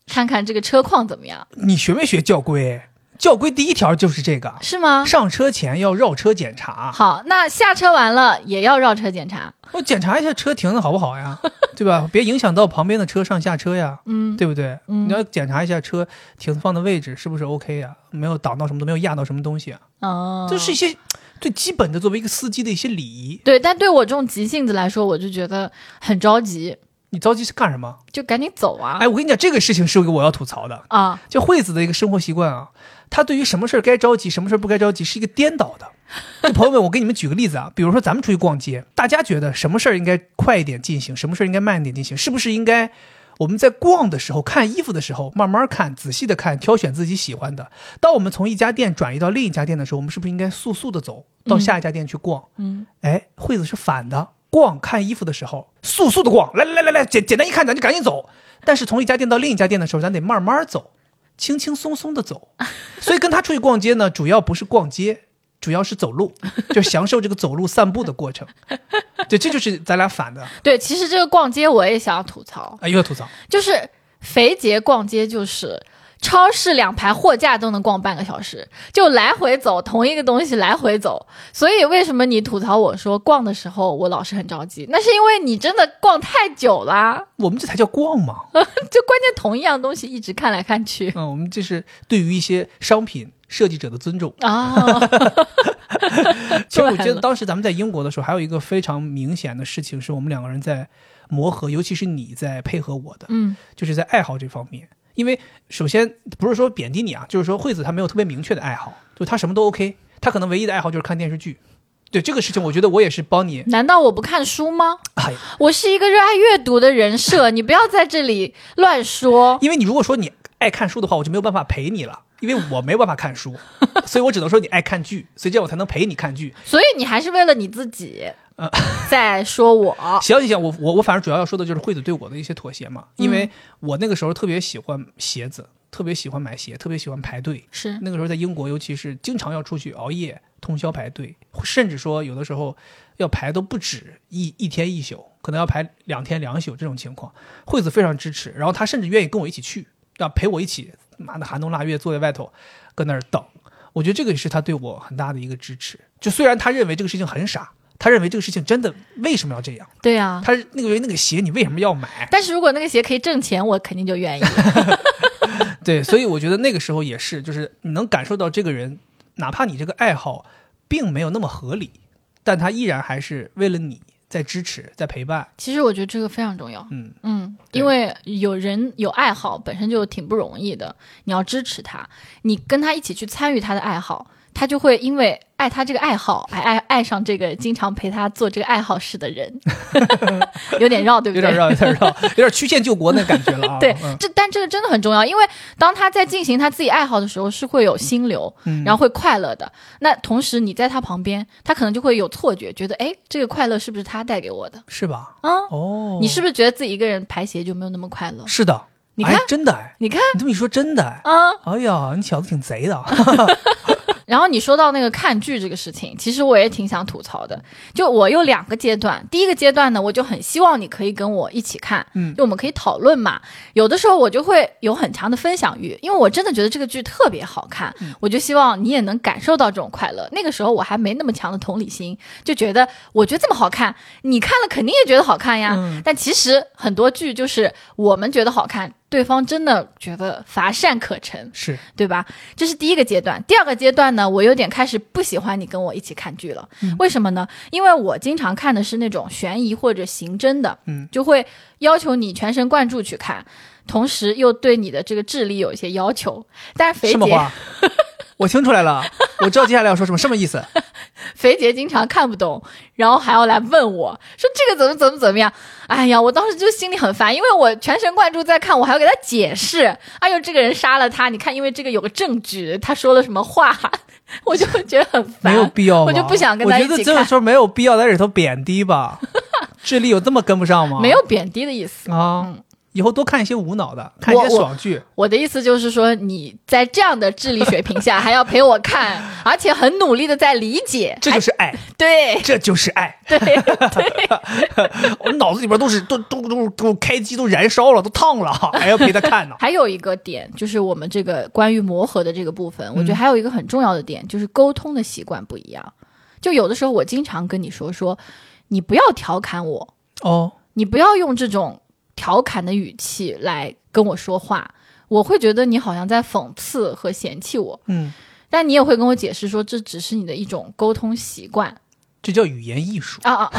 S2: 看看这个车况怎么样，
S1: 你学没学教规？教规第一条就是这个，
S2: 是吗？
S1: 上车前要绕车检查。
S2: 好，那下车完了也要绕车检查。
S1: 我检查一下车停的好不好 呀，对吧？别影响到旁边的车上下车呀。
S2: 嗯，
S1: 对不对？
S2: 嗯
S1: 你要检查一下车停放的位置是不是 OK 呀、没有挡到什么都没有压到什么东西啊，
S2: 哦，
S1: 这是一些最基本的作为一个司机的一些礼仪。
S2: 对，但对我这种急性子来说，我就觉得很着急，
S1: 你着急是干什么？
S2: 就赶紧走啊、
S1: 哎，我跟你讲，这个事情是我我要吐槽的，
S2: 啊！
S1: 就惠子的一个生活习惯啊，她对于什么事儿该着急，什么事儿不该着急是一个颠倒的。就朋友们，我给你们举个例子啊，比如说咱们出去逛街，大家觉得什么事儿应该快一点进行，什么事儿应该慢一点进行，是不是应该我们在逛的时候、看衣服的时候，慢慢看、仔细的看，挑选自己喜欢的？当我们从一家店转移到另一家店的时候，我们是不是应该速速的走到下一家店去逛？
S2: 嗯，
S1: 哎，惠子是反的，逛看衣服的时候速速的逛，来来来来，简简单一看咱就赶紧走。但是从一家店到另一家店的时候，咱得慢慢走，轻轻松松的走。所以跟他出去逛街呢，主要不是逛街， 主要是走路，就享受这个走路散步的过程。 对，这就是咱俩反的。
S2: 对，其实这个逛街我也想要吐槽，
S1: 哎，又要吐槽，
S2: 就是肥姐逛街就是。超市两排货架都能逛半个小时，就来回走同一个东西来回走，所以为什么你吐槽我说逛的时候我老是很着急？那是因为你真的逛太久啦，
S1: 我们这才叫逛嘛。
S2: 就关键同一样东西一直看来看去
S1: 嗯，我们这是对于一些商品设计者的尊重。
S2: 啊，
S1: 其实我
S2: 对
S1: 觉得
S2: 了
S1: 当时咱们在英国的时候，还有一个非常明显的事情，是我们两个人在磨合，尤其是你在配合我的，
S2: 嗯，
S1: 就是在爱好这方面。因为首先不是说贬低你啊，就是说惠子她没有特别明确的爱好，就她什么都 OK，她可能唯一的爱好就是看电视剧。对这个事情，我觉得我也是帮 你。
S2: 难道我不看书吗？
S1: 哎呀，
S2: 我是一个热爱阅读的人设，你不要在这里乱说。
S1: 因为你如果说你爱看书的话，我就没有办法陪你了，因为我没有办法看书，所以我只能说你爱看剧，所以这样我才能陪你看剧。
S2: 所以你还是为了你自己
S1: 呃
S2: 在 说我。
S1: 行行行，我我我反正主要要说的就是惠子对我的一些妥协嘛，因为我那个时候特别喜欢鞋子，特别喜欢买鞋，特别喜欢排队。
S2: 是，
S1: 那个时候在英国，尤其是经常要出去熬夜、通宵排队，甚至说有的时候要排都不止一一天一宿，可能要排两天两宿这种情况。惠子非常支持，然后她甚至愿意跟我一起去，要陪我一起，妈的寒冬腊月坐在外头，搁那儿等。我觉得这个也是她对我很大的一个支持。就虽然她认为这个事情很傻，她认为这个事情真的为什么要这样？
S2: 对啊。
S1: 他那个那个鞋你为什么要买？
S2: 但是如果那个鞋可以挣钱，我肯定 就愿意。
S1: 对，所以我觉得那个时候也是，就是你能感受到这个人，哪怕你这个爱好并没有那么合理，但他依然还是为了你在支持，在陪伴。
S2: 其实我觉得这个非常重要。
S1: 嗯，
S2: 嗯，
S1: 对
S2: 因为有人有爱好本身就挺不容易的，你要支持他，你跟他一起去参与他的爱好，他就会因为爱他这个爱好，爱爱爱上这个经常陪他做这个爱好事 的人， 有点绕，对不
S1: 有
S2: 对？
S1: 点绕，有点绕，有点曲线救国那感觉了啊。
S2: 对
S1: 嗯，
S2: 这但这个真的很重要，因为当他在进行他自己爱好的时候，是会有心流，
S1: 嗯
S2: 然后会快乐的。那同时你在他旁边，他可能就会有错觉，觉得哎，这个快乐是不是他带给我的？
S1: 是吧？
S2: 啊、
S1: 哦，
S2: 你是不是觉得自己一个人排鞋就没有那么快乐？
S1: 是的，
S2: 你看
S1: 哎真的哎，
S2: 你看
S1: 你这么一说真的哎，
S2: 啊、
S1: 哎呀，你小子挺贼的啊。
S2: 然后你说到那个看剧这个事情，其实我也挺想吐槽的。就我有两个阶段，第一个阶段呢，我就很希望你可以跟我一起看，
S1: 嗯
S2: 就我们可以讨论嘛。有的时候我就会有很强的分享欲，因为我真的觉得这个剧特别好看，
S1: 嗯
S2: 我就希望你也能感受到这种快乐。那个时候我还没那么强的同理心，就觉得我觉得这么好看，你看了肯定也觉得好看呀。
S1: 嗯
S2: 但其实很多剧就是我们觉得好看，对方真的觉得乏善可陈。
S1: 是
S2: 对吧？这是第一个阶段。第二个阶段呢，我有点开始不喜欢你跟我一起看剧了。为什么呢？因为我经常看的是那种悬疑或者刑侦的，
S1: 嗯，
S2: 就会要求你全神贯注去看，同时又对你的这个智力有一些要求。但是肥
S1: 什么
S2: 姐，
S1: 话？我听出来了，我知道接下来要说什么，什么意思？
S2: 肥姐经常看不懂，然后还要来问我说这个怎么怎么怎么样。哎呀，我当时就心里很烦，因为我全神贯注在看，我还要给她解释。哎呦，这个人杀了他，你看，因为这个有个证据，他说了什么话， 我就会觉得很
S1: 没
S2: 烦。
S1: 有必要吧
S2: 我就不想跟他一
S1: 我觉
S2: 起
S1: 得这个
S2: 看，
S1: 时候没有必要在这里头贬低 吧，智力有这么跟不上吗？
S2: 没有贬低的意思。
S1: 啊
S2: 嗯，
S1: 以后多看一些无脑的，看一些
S2: 我
S1: 爽剧。
S2: 我的意思就是说，你在这样的智力水平下还要陪我看，而且很努力的在理解。
S1: 这就是爱，
S2: 对
S1: 这就是爱。
S2: 对，
S1: 我脑子里边都是都都都都开机都燃烧了，都烫了，还要陪他看
S2: 。
S1: 呢
S2: 还有一个点就是我们这个关于磨合的这个部分，我觉得还有一个很重要的点就是沟通的习惯不一样。就有的时候我经常跟你说说，你不要调侃我，
S1: 哦，
S2: 你不要用这种调侃的语气来跟我说话，我会觉得你好像在讽刺和嫌弃我。
S1: 嗯，
S2: 但你也会跟我解释说，这只是你的一种沟通习惯
S1: 这叫语言艺术。
S2: 啊啊！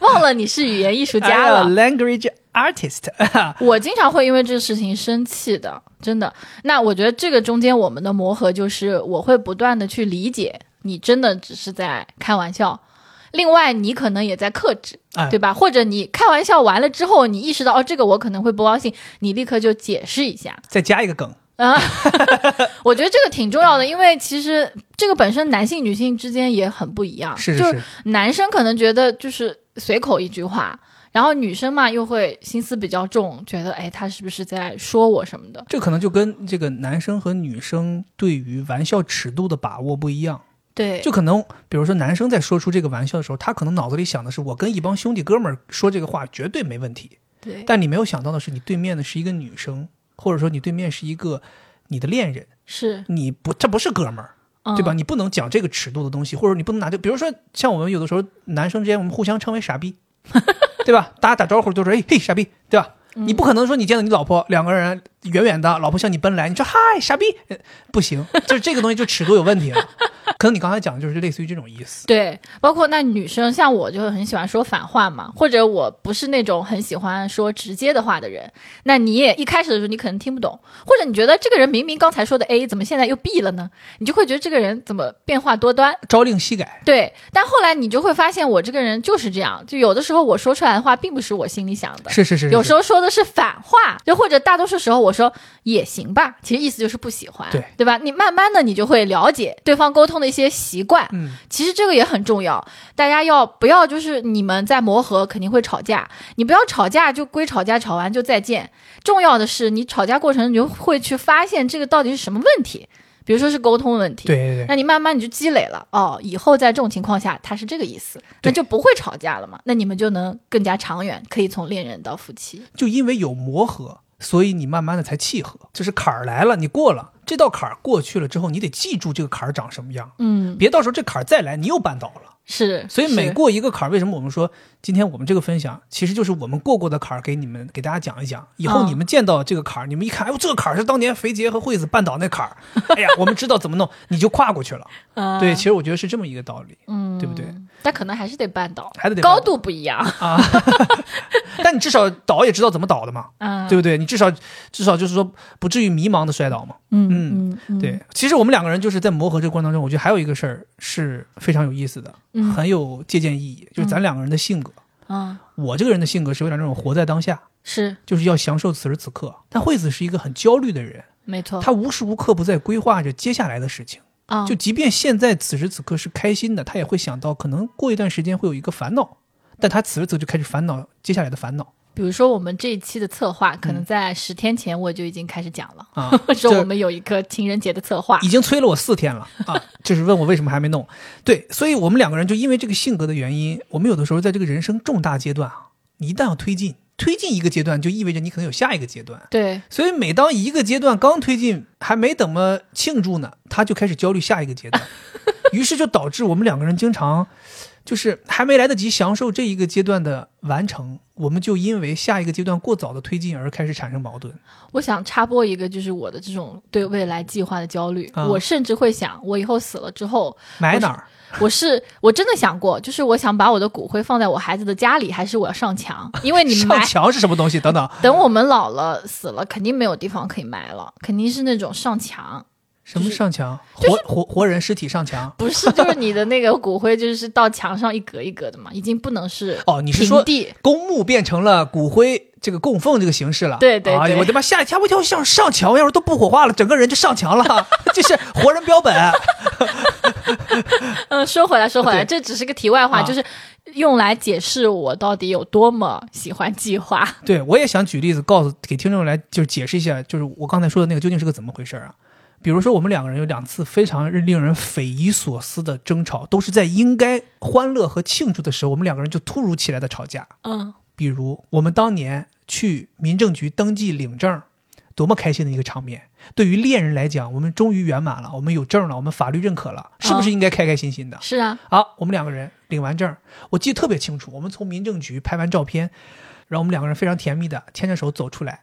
S2: 忘了你是语言艺术家了。
S1: 哎呀 language artist，哎
S2: 我经常会因为这个事情生气的，真的。那我觉得这个中间我们的磨合就是，我会不断的去理解你，真的只是在开玩笑。另外，你可能也在克制，
S1: 哎
S2: 对吧？或者你开玩笑完了之后，你意识到哦，这个我可能会不高兴，你立刻就解释一下。
S1: 再加一个梗。
S2: 啊，我觉得这个挺重要的，因为其实这个本身男性女性之间也很不一样，
S1: 是
S2: 就是
S1: 是，
S2: 男生可能觉得就是随口一句话，然后女生嘛又会心思比较重，觉得哎他是不是在说我什么的？
S1: 这可能就跟这个男生和女生对于玩笑尺度的把握不一样。
S2: 对，
S1: 就可能，比如说男生在说出这个玩笑的时候，他可能脑子里想的是，我跟一帮兄弟哥们儿说这个话绝对没问题。
S2: 对
S1: 但你没有想到的是，你对面的是一个女生，或者说你对面是一个你的恋人，
S2: 是，
S1: 你不，这不是哥们儿，
S2: 嗯、
S1: 对吧？？你不能讲这个尺度的东西，或者你不能拿这，比如说像我们有的时候男生之间，我们互相称为傻 逼，对吧？大家打招呼都说哎嘿傻逼，对吧？你
S2: 嗯
S1: 不可能说你见到你老婆两个人远远的，老婆向你奔来，你说嗨傻逼，呃不行，就是这个东西就尺度有问题了。 可能你刚才讲的就是类似于这种意思。
S2: 对，包括那女生，像我就很喜欢说反话嘛，或者我不是那种很喜欢说直接的话的人。那你也一开始的时候，你可能听不懂，或者你觉得这个人明明刚才说的 A，怎么现在又 B 了呢？你就会觉得这个人怎么变化多端。
S1: 朝令夕改，
S2: 对，但后来你就会发现，我这个人就是这样，就有的时候我说出来的话，并不是我心里想的。
S1: 是是是是
S2: 有时
S1: 候
S2: 候说的是反话，就或者大多数时候我说也行吧，其实意思就是不喜欢，
S1: 对
S2: 对吧？你慢慢的你就会了解对方沟通的一些习惯，
S1: 嗯，
S2: 其实这个也很重要。大家要不要就是你们在磨合肯定会吵架，你不要吵架就归吵架，吵完就再见。重要的是你吵架过程你就会去发现这个到底是什么问题，比如说是沟通问题，哎
S1: 对对对，
S2: 那你慢慢你就积累了哦，以后在这种情况下，他是这个意思，那
S1: 对
S2: 就不会吵架了嘛。那你们就能更加长远，可以从恋人到夫妻。
S1: 就因为有磨合，所以你慢慢的才契合。就是坎儿来了，你过了这道坎儿过去了之后，你得记住这个坎儿长什么样，
S2: 嗯，
S1: 别到时候这坎儿再来你又绊倒了。
S2: 是。
S1: 所以每
S2: 是
S1: 过一个坎儿，为什么我们说今天我们这个分享，其实就是我们过过的坎儿，给你们给大家讲一讲。以后
S2: 嗯
S1: 你们见到这个坎儿，你们一看，哎呦，这个坎儿是当年肥杰和惠子绊倒那坎儿，哎呀，我们知道怎么弄，你就跨过去了。
S2: 嗯
S1: 对，其实我觉得是这么一个道理，嗯，对不对？
S2: 但可能还是得绊倒，
S1: 还得得
S2: 高
S1: 绊
S2: 度不一样。
S1: 啊， 但你至少倒也知道怎么倒的嘛，
S2: 嗯
S1: 对不对？你至少至少就是说不至于迷茫的摔倒嘛。
S2: 嗯嗯嗯，
S1: 对，其实我们两个人就是在磨合这个过程当中，我觉得还有一个事儿是非常有意思的，
S2: 嗯
S1: 很有借鉴意义，就是咱两个人的性格。
S2: 嗯
S1: 我这个人的性格是有点那种活在当下，
S2: 是
S1: 就是要享受此时此刻。但惠子是一个很焦虑的人，
S2: 没错。
S1: 她无时无刻不在规划着接下来的事情。
S2: 啊
S1: 就即便现在此时此刻是开心的，她也会想到可能过一段时间会有一个烦恼，但她此时此刻就开始烦恼接下来的烦恼。
S2: 比如说我们这一期的策划，可能在十天前我就已经开始讲了，
S1: 啊，
S2: 说
S1: 这
S2: 我们有一个情人节的策划
S1: 已。经催了我四天了啊，就是问我为什么还没弄。对，所以我们两个人就因为这个性格的原因，我们有的时候在这个人生重大阶段啊，你一旦要推进，推进一个阶段就意味着你可能有下一个阶段。
S2: 对，
S1: 所以每当一个阶段刚推进，还没怎么庆祝呢，他就开始焦虑下一个 阶段，于是就导致我们两个人经常就是还没来得及享受这一个阶段的完成，我们就因为下一个阶段过早的推进而开始产生矛盾。
S2: 我想插播一个，就是我的这种对未来计划的焦虑。
S1: 啊
S2: 我甚至会想，我以后死了之后，
S1: 买哪儿？
S2: 我是我真的想过，就是我想把我的骨灰放在我孩子的家里，还是我要上墙？因为你
S1: 上
S2: 埋
S1: 墙是什么东西？等等，
S2: 等我们老了死了，肯定没有地方可以埋了，肯定是那种上墙。
S1: 什么上墙？活活活人尸体上墙？
S2: 不是，就是你的那个骨灰，就是到墙上一格一格的嘛，已经不能是
S1: 哦你是
S2: 平
S1: 说
S2: 地？
S1: 公墓变成了骨灰这个供奉这个形式了。
S2: 对对
S1: 哎呀，
S2: 对
S1: 我他妈吓一跳，我一跳像上墙，要是都不火化了，整个人就上墙了， 这是活人标本。
S2: 嗯，说回来，说回来，
S1: 哦对
S2: 这只是个题外话，
S1: 啊
S2: 就是用来解释我到底有多么喜欢计划。
S1: 对，我也想举例子告诉给听众来，就是解释一下，就是我刚才说的那个究竟是个怎么回事儿啊？比如说，我们两个人有两次非常令人匪夷所思的争吵，都是在应该欢乐和庆祝的时候，我们两个人就突如其来的吵架。
S2: 嗯，
S1: 比如我们当年去民政局登记领证，多么开心的一个场面！对于恋人来讲，我们终于圆满了，我们有证了，我们法律认可了，是不是应该开开心心的？
S2: 是啊，
S1: 好，我们两个人领完证，我记得特别清楚，我们从民政局拍完照片，然后我们两个人非常甜蜜的牵着手走出来，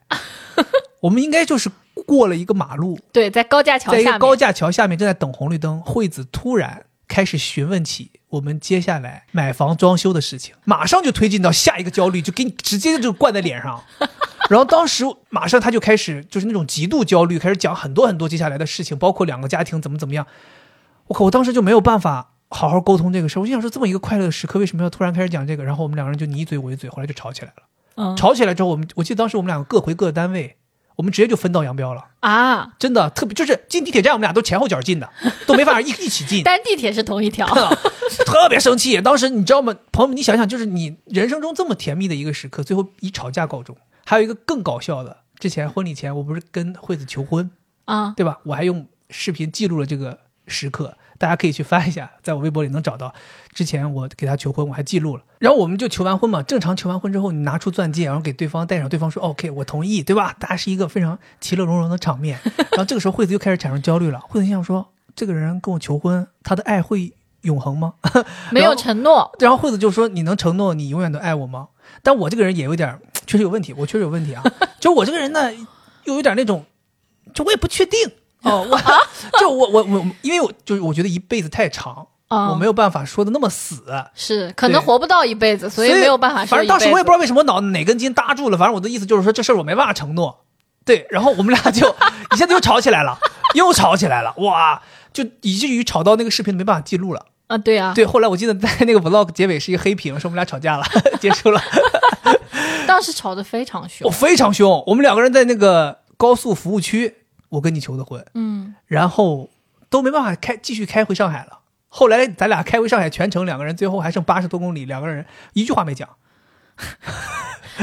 S1: 我们应该就是过了一个马路，
S2: 对，在高架桥
S1: 在一
S2: 下
S1: 个
S2: 面，
S1: 高架桥下面正在等红绿灯，惠子突然开始询问起我们接下来买房装修的事情，马上就推进到下一个焦虑，就给你直接就灌在脸 上。然后当时马上他就开始就是那种极度焦虑，开始讲很多很多接下来的事情，包括两个家庭怎么怎么样。我靠，我当时就没有办法好好沟通这个事儿，我就想说这么一个快乐的时刻，为什么要突然开始讲这个？然后我们两个人就你一嘴我一嘴，后来就吵起来了。
S2: 嗯
S1: 吵起来之后，我们我记得当时我们两个各回各的单位，我们直接就分道扬镳了。
S2: 啊，
S1: 真的特别，就是进地铁站，我们俩都前后脚进的，都没法一一起 进。
S2: 单地铁是同一条。
S1: 特别生气，当时你知道吗，朋友们，你想想，就是你人生中这么甜蜜的一个时刻，最后以吵架告终。还有一个更搞笑的，之前婚礼前，我不是跟惠子求婚，
S2: 啊，
S1: 对吧？我还用视频记录了这个时刻，大家可以去翻一下，在我微博里能找到。之前我给她求婚，我还记录了。然后我们就求完婚嘛，正常求完婚之后，你拿出钻戒，然后给对方戴上，对方说 OK，我同意，对吧？大家是一个非常其乐融融的场面。然后这个时候惠子又开始产生焦虑了，惠子心想说，这个人跟我求婚，他的爱会永恒吗？
S2: 没有承诺，
S1: 然后惠子就说：“你能承诺你永远都爱我吗？”但我这个人也有点儿，确实有问题，我确实有问 题啊。就我这个人呢，又有点那种，就我也不确定哦。
S2: 啊
S1: 我就我我我，因为我就是我觉得一辈子太长，
S2: 啊
S1: 我没有办法说的那么死，
S2: 是可能
S1: 对
S2: 活不到一辈子，所以没有办法说
S1: 反正
S2: 一
S1: 当时
S2: 辈
S1: 我也不
S2: 子
S1: 知道为什么脑哪根筋搭住了，反正我的意思就是说这事儿我没办法承诺。对，然后我们俩就一下子又吵起来了，又吵起来了，哇！就以至于吵到那个视频没办法记录了。
S2: 啊，对啊，
S1: 对，后来我记得在那个 vlog 结尾是一个黑屏，说我们俩吵架了， 结束了。
S2: 当时吵得非常凶
S1: 我、。非常凶，我们两个人在那个高速服务区，我跟你求的婚，
S2: 嗯，
S1: 然后都没办法开继续开回上海了。后来咱俩开回上海，全程两个人最后还剩八十多公里，两个人一句话没讲。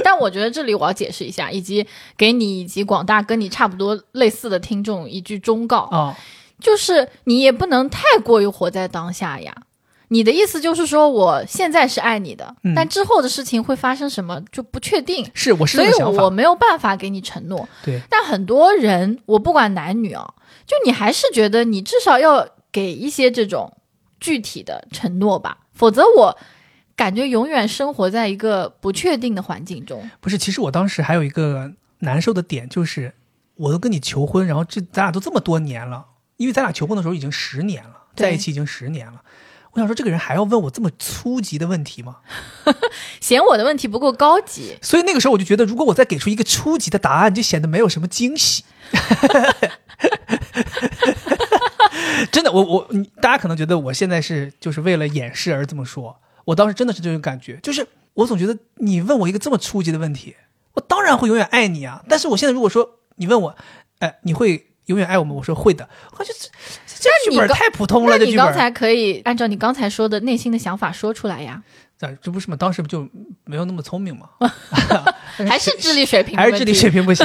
S2: 但我觉得这里我要解释一下，以及给你以及广大跟你差不多类似的听众一句忠告，
S1: 啊、
S2: 就是你也不能太过于活在当下呀。你的意思就是说，我现在是爱你的，
S1: 嗯
S2: 但之后的事情会发生什么就不确定，
S1: 是我是
S2: 所
S1: 这
S2: 以
S1: 个想
S2: 我
S1: 法，
S2: 没有办法给你承诺。
S1: 对，
S2: 但很多人，我不管男女啊，就你还是觉得你至少要给一些这种具体的承诺吧，否则我感觉永远生活在一个不确定的环境中。
S1: 不是。其实我当时还有一个难受的点，就是我都跟你求婚，然后这咱俩都这么多年了，因为咱俩求婚的时候已经十年了，
S2: 对
S1: 在一起已经十年了。我想说，这个人还要问我这么初级的问题吗？
S2: 嫌我的问题不够高级，
S1: 所以那个时候我就觉得，如果我再给出一个初级的答案，就显得没有什么惊喜。 真的，我我你大家可能觉得我现在是就是为了掩饰而这么说，我当时真的是这种感觉，就是我总觉得你问我一个这么初级的问题，我当然会永远爱你啊。但是我现在如果说你问我，哎，你会永远爱我吗？我说会的， 我就这这
S2: 那你
S1: 剧本
S2: 刚
S1: 太普通
S2: 那
S1: 了，这
S2: 你
S1: 剧本
S2: 刚才可以按照你刚才说的内心的想法说出来呀。
S1: 但这不是嘛，当时就没有那么聪明嘛，
S2: 还是智力水平
S1: 嗯
S2: 的
S1: 还
S2: 问题，
S1: 是智力水平不行。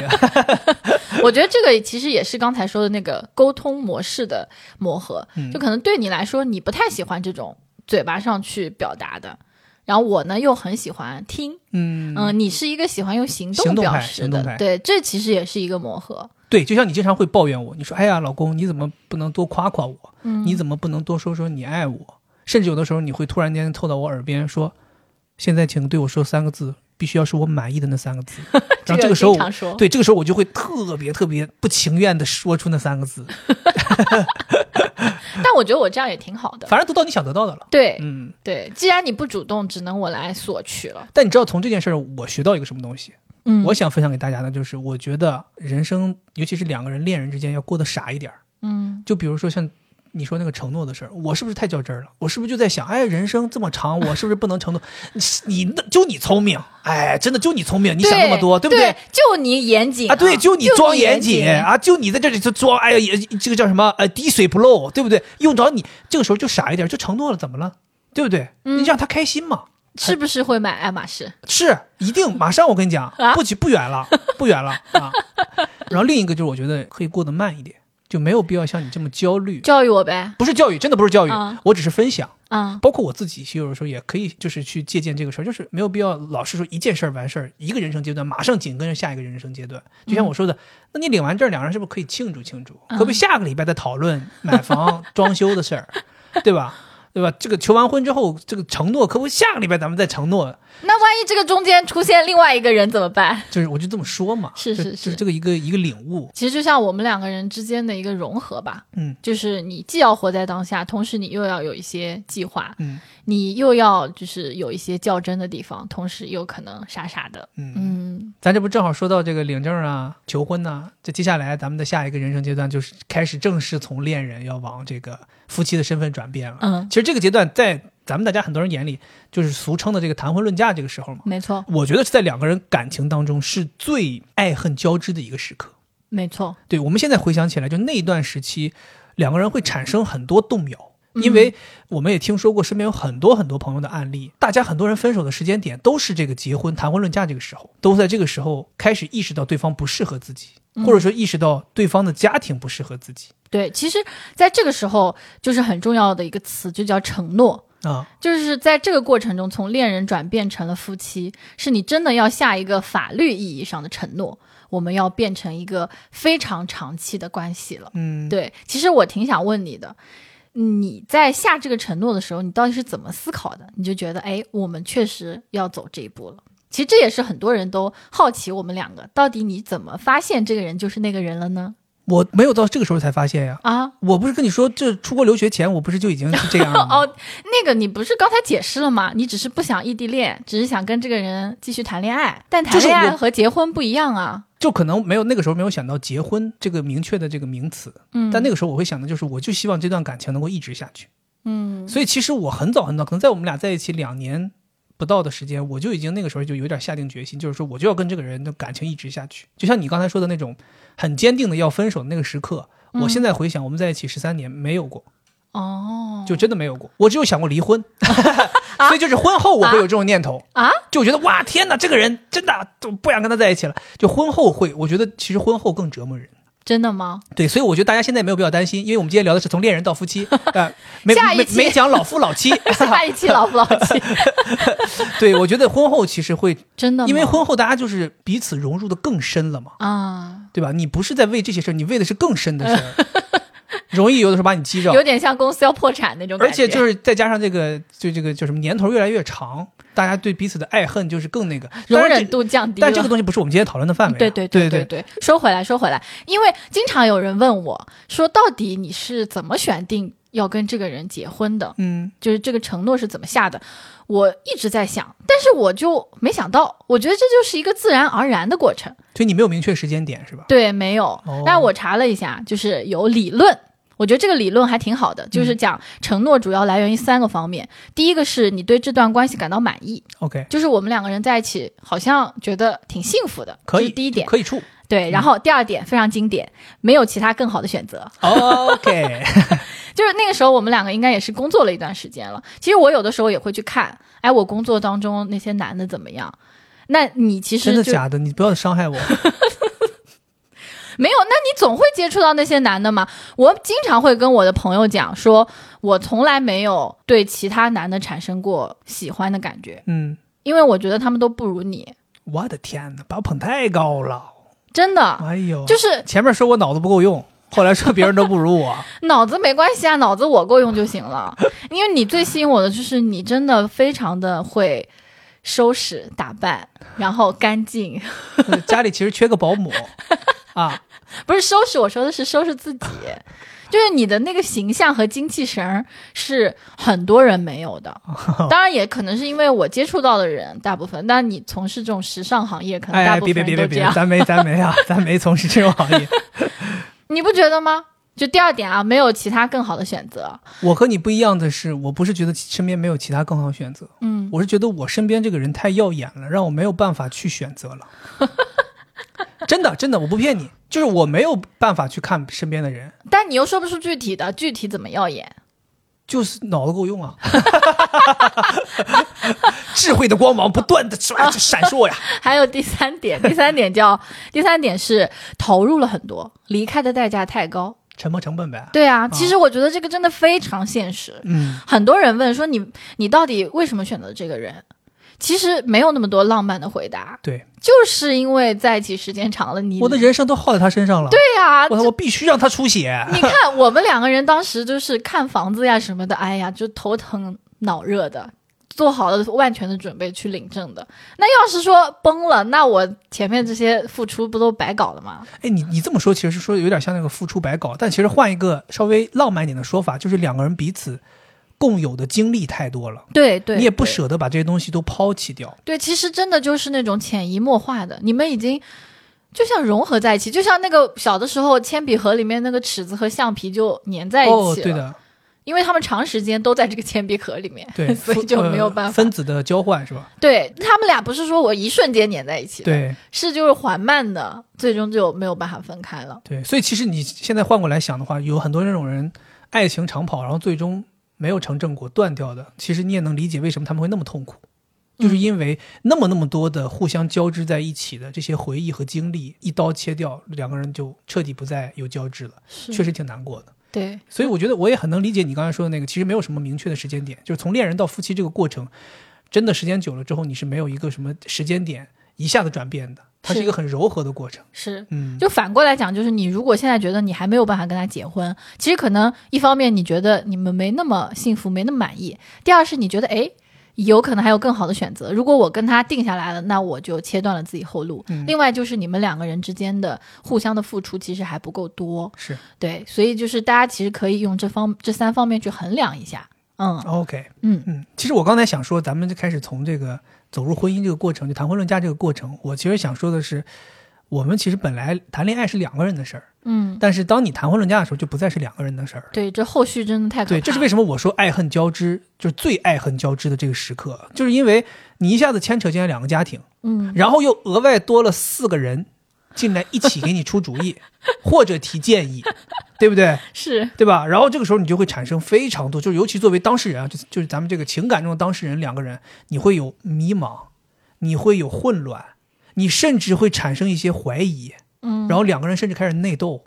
S2: 我觉得这个其实也是刚才说的那个沟通模式的磨合，
S1: 嗯
S2: 就可能对你来说，你不太喜欢这种嘴巴上去表达的。然后我呢又很喜欢听，
S1: 嗯，
S2: 嗯、你是一个喜欢用行
S1: 行
S2: 动
S1: 动
S2: 表
S1: 派
S2: 示
S1: 行动
S2: 的
S1: 派，
S2: 对，这其实也是一个磨合。
S1: 对，就像你经常会抱怨我，你说：“哎呀，老公，你怎么不能多夸夸我？
S2: 嗯
S1: 你怎么不能多说说你爱我？”甚至有的时候你会突然间凑到我耳边说：“现在请对我说三个字，必须要是我满意的那三个 字。”然后这个时候
S2: 经
S1: 我，
S2: 常说，
S1: 对这个时候我就会特别特别不情愿的说出那三个字，
S2: 但我觉得我这样也挺好的。
S1: 反而得到你想得到的了。
S2: 对
S1: 嗯，
S2: 对，既然你不主动，只能我来索取了。
S1: 但你知道从这件事儿我学到一个什么东西？
S2: 嗯，
S1: 我想分享给大家的就是，我觉得人生，尤其是两个人恋人之间，要过得傻一点儿。
S2: 嗯
S1: 就比如说像你说那个承诺的事儿，我是不是太较真儿了？我是不是就在想，哎，人生这么长，我是不是不能承诺？你你就你聪明，哎，真的就你聪明，你想那么多，对
S2: 对
S1: 不对？？
S2: 就你严谨
S1: 啊，对，就你装严
S2: 谨
S1: 谨啊，就你在这里就装，哎呀，也这个叫什么？呃，滴水不漏，对不对？用着你这个时候就傻一点，就承诺了，怎么了？对不对？
S2: 嗯
S1: 你让他开心嘛，
S2: 是不是会买爱马仕？
S1: 是一定，马上我跟你讲
S2: 啊，
S1: 不急不远了，不远了啊。 然后另一个就是，我觉得可以过得慢一点，就没有必要像你这么焦虑。
S2: 教育我呗，
S1: 不是教育，真的不是教育，
S2: 啊
S1: 我只是分享。
S2: 啊、
S1: 包括我自己，其实有的时候也可以，就是去借鉴这个事儿，就是没有必要老是说一件事儿完事儿，一个人生阶段马上紧跟着下一个人生阶段。就像我说的，那你领完证，两个人是不是可以庆祝庆祝？
S2: 嗯
S1: 可不可以下个礼拜再讨论买房、装修的事儿， 对吧？对吧？这个求完婚之后，这个承诺，可不可以下个礼拜咱们再承诺？
S2: 那万一这个中间出现另外一个人怎么办？
S1: 就是我就这么说嘛，
S2: 是
S1: 就是就是这个一个一个领悟，
S2: 其实就像我们两个人之间的一个融合吧，
S1: 嗯
S2: 就是你既要活在当下，同时你又要有一些计划，
S1: 嗯
S2: 你又要就是有一些较真的地方，同时又可能傻傻的，
S1: 嗯，
S2: 嗯，
S1: 咱这不正好说到这个领证啊、求婚呐、这接下来咱们的下一个人生阶段就是开始正式从恋人要往这个夫妻的身份转变了。
S2: 嗯
S1: 其实这个阶段在咱们大家很多人眼里，就是俗称的这个谈婚论嫁这个时候嘛，
S2: 没错，
S1: 我觉得是在两个人感情当中是最爱恨交织的一个时刻。
S2: 没错，
S1: 对我们现在回想起来，就那段时期，两个人会产生很多动摇，
S2: 嗯
S1: 因为我们也听说过身边有很多很多朋友的案例，大家很多人分手的时间点都是这个结婚谈婚论嫁这个时候，都在这个时候开始意识到对方不适合自己，
S2: 嗯
S1: 或者说意识到对方的家庭不适合自己
S2: 对，其实在这个时候就是很重要的一个词，就叫承诺。
S1: 啊。
S2: 就是在这个过程中，从恋人转变成了夫妻，是你真的要下一个法律意义上的承诺，我们要变成一个非常长期的关系了。
S1: 嗯，
S2: 对，其实我挺想问你的，你在下这个承诺的时候，你到底是怎么思考的？你就觉得，哎，我们确实要走这一步了。其实这也是很多人都好奇，我们两个到底你怎么发现这个人就是那个人了呢？
S1: 我没有到这个时候才发现呀。
S2: 啊，
S1: 我不是跟你说，这出国留学前，我不是就已经是这样了吗？
S2: 哦，那个你不是刚才解释了吗？你只是不想异地恋，只是想跟这个人继续谈恋爱，但谈
S1: 就是
S2: 恋爱
S1: 我
S2: 和结婚不一样啊。
S1: 就可能没有那个时候没有想到结婚这个明确的这个名词，
S2: 嗯，
S1: 但那个时候我会想的就是，我就希望这段感情能够一直下去。
S2: 嗯
S1: 所以其实我很早很早，可能在我们俩在一起两年不到的时间，我就已经那个时候就有点下定决心，就是说我就要跟这个人的感情一直下去。就像你刚才说的那种很坚定的要分手的那个时刻，
S2: 嗯
S1: 我现在回想，我们在一起十三年没有过，
S2: 哦，
S1: 就真的没有过。我只有想过离 婚，所以就是婚后我会有这种念头
S2: 啊，
S1: 就觉得哇天哪，这个人真的就不想跟他在一起了。就婚后会，我觉得其实婚后更折磨人。
S2: 真的吗？
S1: 对，所以我觉得大家现在没有必要担心，因为我们今天聊的是从恋人到夫 妻，呃，没
S2: 下一
S1: 没
S2: 期
S1: 没讲老夫老 妻。
S2: 下一期老夫老妻，
S1: 对，我觉得婚后其实会
S2: 真的吗？
S1: 因为婚后大家就是彼此融入的更深了嘛，
S2: 啊，
S1: 对吧？你不是在为这些事儿，你为的是更深的事儿， 容易有的时候把你激着
S2: 有。点像公司要破产那种感
S1: 啊而且
S2: 觉。
S1: 就是再加上这个，就这个叫什么年头越来越长，大家对彼此的爱恨就是更那个
S2: 容
S1: 当然
S2: 忍
S1: 这
S2: 度降低了。
S1: 但这个东西不是我们今天讨论的范围啊、
S2: 对对
S1: 对
S2: 对对，说回来说回来，因为经常有人问我说，到底你是怎么选定要跟这个人结婚的？
S1: 嗯，
S2: 就是这个承诺是怎么下的，我一直在想，但是我就没想到，我觉得这就是一个自然而然的过程。
S1: 所以你没有明确时间点是吧？
S2: 对，没有
S1: 哦。
S2: 但是我查了一下，就是有理论。我觉得这个理论还挺好的，
S1: 嗯
S2: 就是讲承诺主要来源于三个方面。第一个是你对这段关系感到满意，
S1: OK，
S2: 就是我们两个人在一起好像觉得挺幸福的，
S1: 可
S2: 这
S1: 以，
S2: 是第一点。
S1: 可以 处。
S2: 对，然后第二点非常经典，没有其他更好的选择。
S1: OK，
S2: 就是那个时候我们两个应该也是工作了一段时间了。其实我有的时候也会去看，哎，我工作当中那些男的怎么样？那你其实
S1: 真的
S2: 就
S1: 假的？你不要伤害我。
S2: 没有，那你总会接触到那些男的嘛。我经常会跟我的朋友讲说，我从来没有对其他男的产生过喜欢的感觉，
S1: 嗯，
S2: 因为我觉得他们都不如你，
S1: 我的天哪，把我捧太高了。
S2: 真的
S1: 哎呦，
S2: 就是
S1: 前面说我脑子不够 用，后来说别人都不如我。
S2: 脑子没关系啊，脑子我够用就行 了。因为你最吸引我的就是你真的非常的会收拾打扮，然后干净，
S1: 家里其实缺个保姆啊，
S2: 不是收拾，我说的是收拾自 己，就是你的那个形象和精气神儿是很多人没 有的。当然也可能是因为我接触到的人大部分，但你从事这种时尚行业，可能
S1: 哎
S2: 大
S1: 哎，
S2: 部
S1: 别
S2: 分
S1: 别别
S2: 人
S1: 别
S2: 都这
S1: 别，
S2: 样，
S1: 咱没咱没啊，咱没从事这种行 业。
S2: 你不觉得吗？就第二点啊，没有其他更好的选择。
S1: 我和你不一样的是，我不是觉得身边没有其他更好的选择，
S2: 嗯，
S1: 我是觉得我身边这个人太耀眼了，让我没有办法去选择了。 真的真的，我不骗你，就是我没有办法去看身边的人，
S2: 但你又说不出具体的，具体怎么耀眼？
S1: 就是脑子够用 啊，智慧的光芒不断的闪闪烁呀。
S2: 还有第三点，第三点叫第三点是投入了很多，离开的代价太高。
S1: 沉没成本呗。
S2: 对啊，其实我觉得这个真的非常现实。
S1: 嗯，
S2: 很多人问说你你到底为什么选择这个人？其实没有那么多浪漫的回答，
S1: 对，
S2: 就是因为在一起时间长了你，
S1: 我的人生都耗在他身上了。对，
S2: 对啊呀、
S1: 我我必须让他出血。
S2: 你看我们两个人当时就是看房子呀什么的，哎呀就头疼脑热的，做好了万全的准备去领证的。那要是说崩了，那我前面这些付出不都白搞了吗？
S1: 哎，你你这么说，其实是说有点像那个付出白搞，但其实换一个稍微浪漫一点的说法，就是两个人彼此共有的经历太多了，
S2: 对对，
S1: 你也不
S2: 对
S1: 舍得把这些东西都抛弃掉。
S2: 对，其实真的就是那种潜移默化的，你们已经就像融合在一起，就像那个小的时候铅笔盒里面那个尺子和橡皮就粘在一起了，
S1: 哦，对的，
S2: 因为他们长时间都在这个铅笔盒里面，
S1: 对，
S2: 所以
S1: 分
S2: 就没有
S1: 呃
S2: 办法。
S1: 分子的交换是吧？
S2: 对他们俩不是说我一瞬间粘在一起，，
S1: 对
S2: 是就是缓慢的，最终就没有办法分开了。
S1: 对，所以其实你现在换过来想的话，有很多那种人爱情长跑，然后最终没有成正果断掉的，其实你也能理解为什么他们会那么痛苦。就
S2: 嗯
S1: 是因为那么那么多的互相交织在一起的这些回忆和经历，一刀切掉，两个人就彻底不再有交织了，
S2: 是
S1: 确实挺难过的。
S2: 对，
S1: 所以我觉得我也很能理解你刚才说的那个，其实没有什么明确的时间点，就是从恋人到夫妻这个过程，真的时间久了之后，你是没有一个什么时间点一下子转变的，它是
S2: 是
S1: 一个很柔和的过程。
S2: 是。
S1: 嗯，
S2: 就反过来讲，就是你如果现在觉得你还没有办法跟他结婚，其实可能一方面你觉得你们没那么幸福，没那么满意；第二是你觉得诶，有可能还有更好的选择。如果我跟他定下来了，那我就切断了自己后路。
S1: 嗯
S2: 另外就是你们两个人之间的互相的付出其实还不够多，
S1: 是
S2: 对，所以就是大家其实可以用这方这三方面去衡量一下。嗯
S1: OK。
S2: 嗯，
S1: 嗯，其实我刚才想说，咱们就开始从这个走入婚姻这个过程，就谈婚论嫁这个过程，我其实想说的是，我们其实本来谈恋爱是两个人的事儿。
S2: 嗯，
S1: 但是当你谈婚论嫁的时候，就不再是两个人的事儿了。
S2: 对，这后续真的太可怕
S1: 对，
S2: 了。
S1: 这是为什么我说爱恨交织，就是最爱恨交织的这个时刻，就是因为你一下子牵扯进来两个家庭，
S2: 嗯，
S1: 然后又额外多了四个人进来一起给你出主意或者提建议，对不对？
S2: 是
S1: 对吧？然后这个时候你就会产生非常多，就是尤其作为当事人啊，就是就是咱们这个情感中的当事人两个人，你会有迷茫，你会有混乱，你甚至会产生一些怀疑，
S2: 嗯，
S1: 然后两个人甚至开始内斗，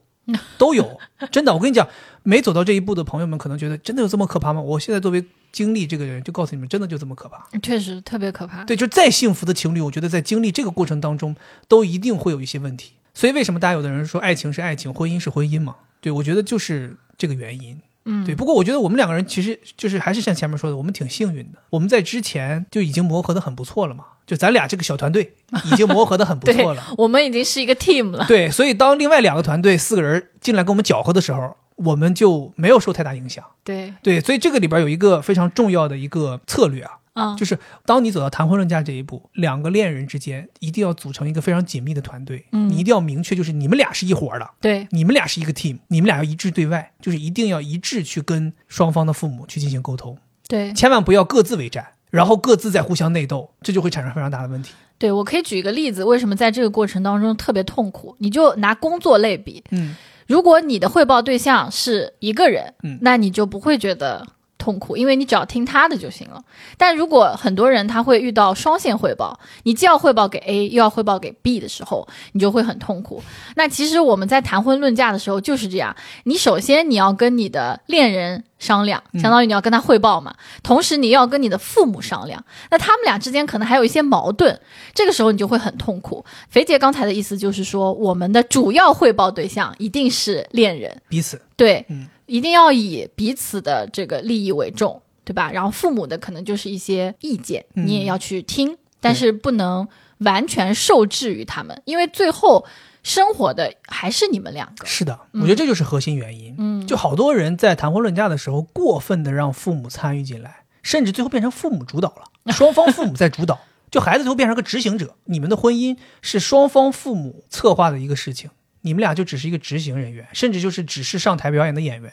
S1: 都有。真的，我跟你讲，没走到这一步的朋友们可能觉得真的有这么可怕吗？我现在作为经历这个人，就告诉你们，真的就这么可怕。
S2: 确实特别可怕。
S1: 对，就再幸福的情侣，我觉得在经历这个过程当中，都一定会有一些问题。所以为什么大家有的人说爱情是爱情，婚姻是婚姻嘛？对，我觉得就是这个原因。
S2: 嗯，
S1: 对，不过我觉得我们两个人其实就是还是像前面说的，我们挺幸运的，我们在之前就已经磨合的很不错了嘛，就咱俩这个小团队已经磨合的很不错 了。
S2: 我们已经是一个 team 了。
S1: 对，所以当另外两个团队四个人进来跟我们搅和的时候，我们就没有受太大影响。
S2: 对，
S1: 对，所以这个里边有一个非常重要的一个策略啊，
S2: 嗯，
S1: 就是当你走到谈婚论嫁这一步，两个恋人之间一定要组成一个非常紧密的团队，
S2: 嗯
S1: 你一定要明确，就是你们俩是一伙儿的，
S2: 对，
S1: 你们俩是一个 team，你们俩要一致对外，就是一定要一致去跟双方的父母去进行沟通，
S2: 对，
S1: 千万不要各自为战，然后各自在互相内斗，这就会产生非常大的问题。
S2: 对，我可以举一个例子，为什么在这个过程当中特别痛苦？你就拿工作类比，
S1: 嗯，
S2: 如果你的汇报对象是一个人，
S1: 嗯
S2: 那你就不会觉得痛苦，因为你只要听他的就行了。但如果很多人他会遇到双线汇报，你既要汇报给 A 又要汇报给 B 的时候，你就会很痛苦。那其实我们在谈婚论嫁的时候就是这样，你首先你要跟你的恋人商量，
S1: 嗯
S2: 相当于你要跟他汇报嘛，同时你要跟你的父母商量，那他们俩之间可能还有一些矛盾，这个时候你就会很痛苦。肥姐刚才的意思就是说，我们的主要汇报对象一定是恋人，
S1: 彼此，
S2: 对，
S1: 嗯
S2: 一定要以彼此的这个利益为重，对吧？然后父母的可能就是一些意见，
S1: 嗯
S2: 你也要去听，但是不能完全受制于他们，因为最后生活的还是你们两个。
S1: 是的，我
S2: 嗯
S1: 觉得这就是核心原因。
S2: 嗯，
S1: 就好多人在谈婚论嫁的时候，过分的让父母参与进来，甚至最后变成父母主导 了，双方父母在主导，就孩子最后变成个执行者。你们的婚姻是双方父母策划的一个事情，你们俩就只是一个执行人员，甚至就是只是上台表演的演员。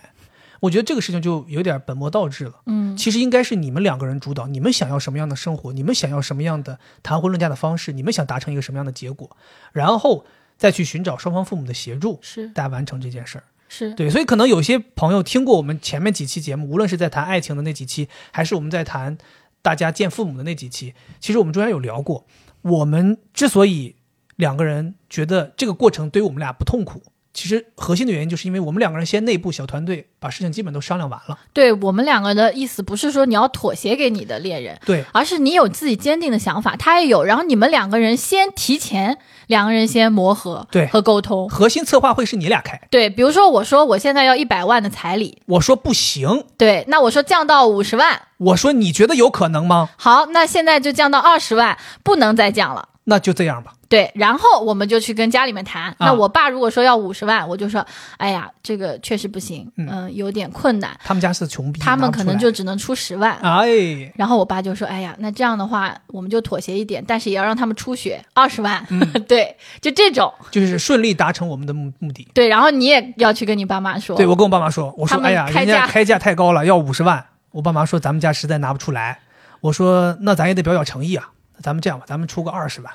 S1: 我觉得这个事情就有点本末倒置了。
S2: 嗯，
S1: 其实应该是你们两个人主导，你们想要什么样的生活，你们想要什么样的谈婚论嫁的方式，你们想达成一个什么样的结果，然后再去寻找双方父母的协助，
S2: 是
S1: 大家完成这件事儿。
S2: 是，
S1: 对，所以可能有些朋友听过我们前面几期节目，无论是在谈爱情的那几期，还是我们在谈大家见父母的那几期，其实我们中间有聊过，我们之所以两个人觉得这个过程对于我们俩不痛苦，其实核心的原因就是因为我们两个人先内部小团队把事情基本都商量完了，
S2: 对我们两个的意思不是说你要妥协给你的恋人，
S1: 对，
S2: 而是你有自己坚定的想法，他也有，然后你们两个人先提前，两个人先磨合，
S1: 对
S2: 和沟通。
S1: 核心策划会是你俩开。
S2: 对，比如说我说我现在要一百万的彩礼，
S1: 我说不行，
S2: 对，那我说降到五十万，
S1: 我说你觉得有可能吗？
S2: 好，那现在就降到二十万，不能再降了。
S1: 那就这样吧。
S2: 对，然后我们就去跟家里面谈。
S1: 啊
S2: 那我爸如果说要五十万，我就说，哎呀，这个确实不行，
S1: 嗯
S2: 嗯、有点困难，
S1: 他们家是穷逼，
S2: 他们可
S1: 拿
S2: 能
S1: 不出
S2: 就只能出十万。
S1: 来哎，
S2: 然后我爸就说：“哎呀，那这样的话，我们就妥协一点，但是也要让他们出血二十万，
S1: 嗯
S2: 对，就这种
S1: 就是顺利达成我们的目目的。
S2: 对。然后你也要去跟你爸妈说，
S1: 对，我跟我爸妈说，我说
S2: 他们
S1: 哎呀，
S2: 开
S1: 人
S2: 价
S1: 家开价太高了，要五十万。我爸妈说咱们家实在拿不出来。我说那咱也得表表诚意啊，那咱们这样吧，咱们出个二十 万。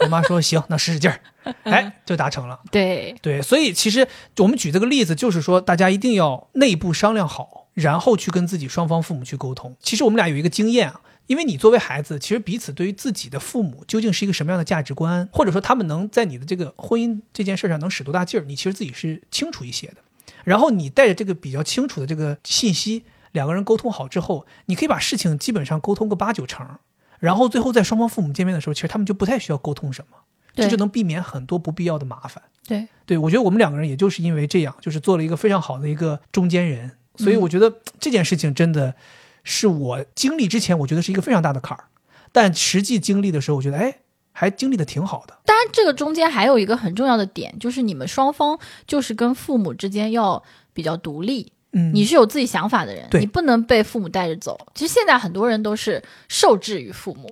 S1: 我妈说行，那使使劲儿，哎，就达成了。
S2: 对
S1: 对，所以其实我们举这个例子，就是说大家一定要内部商量好，然后去跟自己双方父母去沟通。其实我们俩有一个经验啊，因为你作为孩子，其实彼此对于自己的父母究竟是一个什么样的价值观，或者说他们能在你的这个婚姻这件事上能使多大劲儿，你其实自己是清楚一些的。然后你带着这个比较清楚的这个信息，两个人沟通好之后，你可以把事情基本上沟通个八九成，然后最后在双方父母见面的时候，其实他们就不太需要沟通什么，这
S2: 对
S1: 就能避免很多不必要的麻烦。
S2: 对
S1: 对，我觉得我们两个人也就是因为这样，就是做了一个非常好的一个中间人，所
S2: 嗯
S1: 以我觉得嘖这件事情真的是我经历之前，我觉得是一个非常大的坎儿，但实际经历的时候，我觉得哎，还经历的挺好的。
S2: 当然，这个中间还有一个很重要的点，就是你们双方就是跟父母之间要比较独立，
S1: 嗯，
S2: 你是有自己想法的人，
S1: 对
S2: 你不能被父母带着走。其实现在很多人都是受制于父母，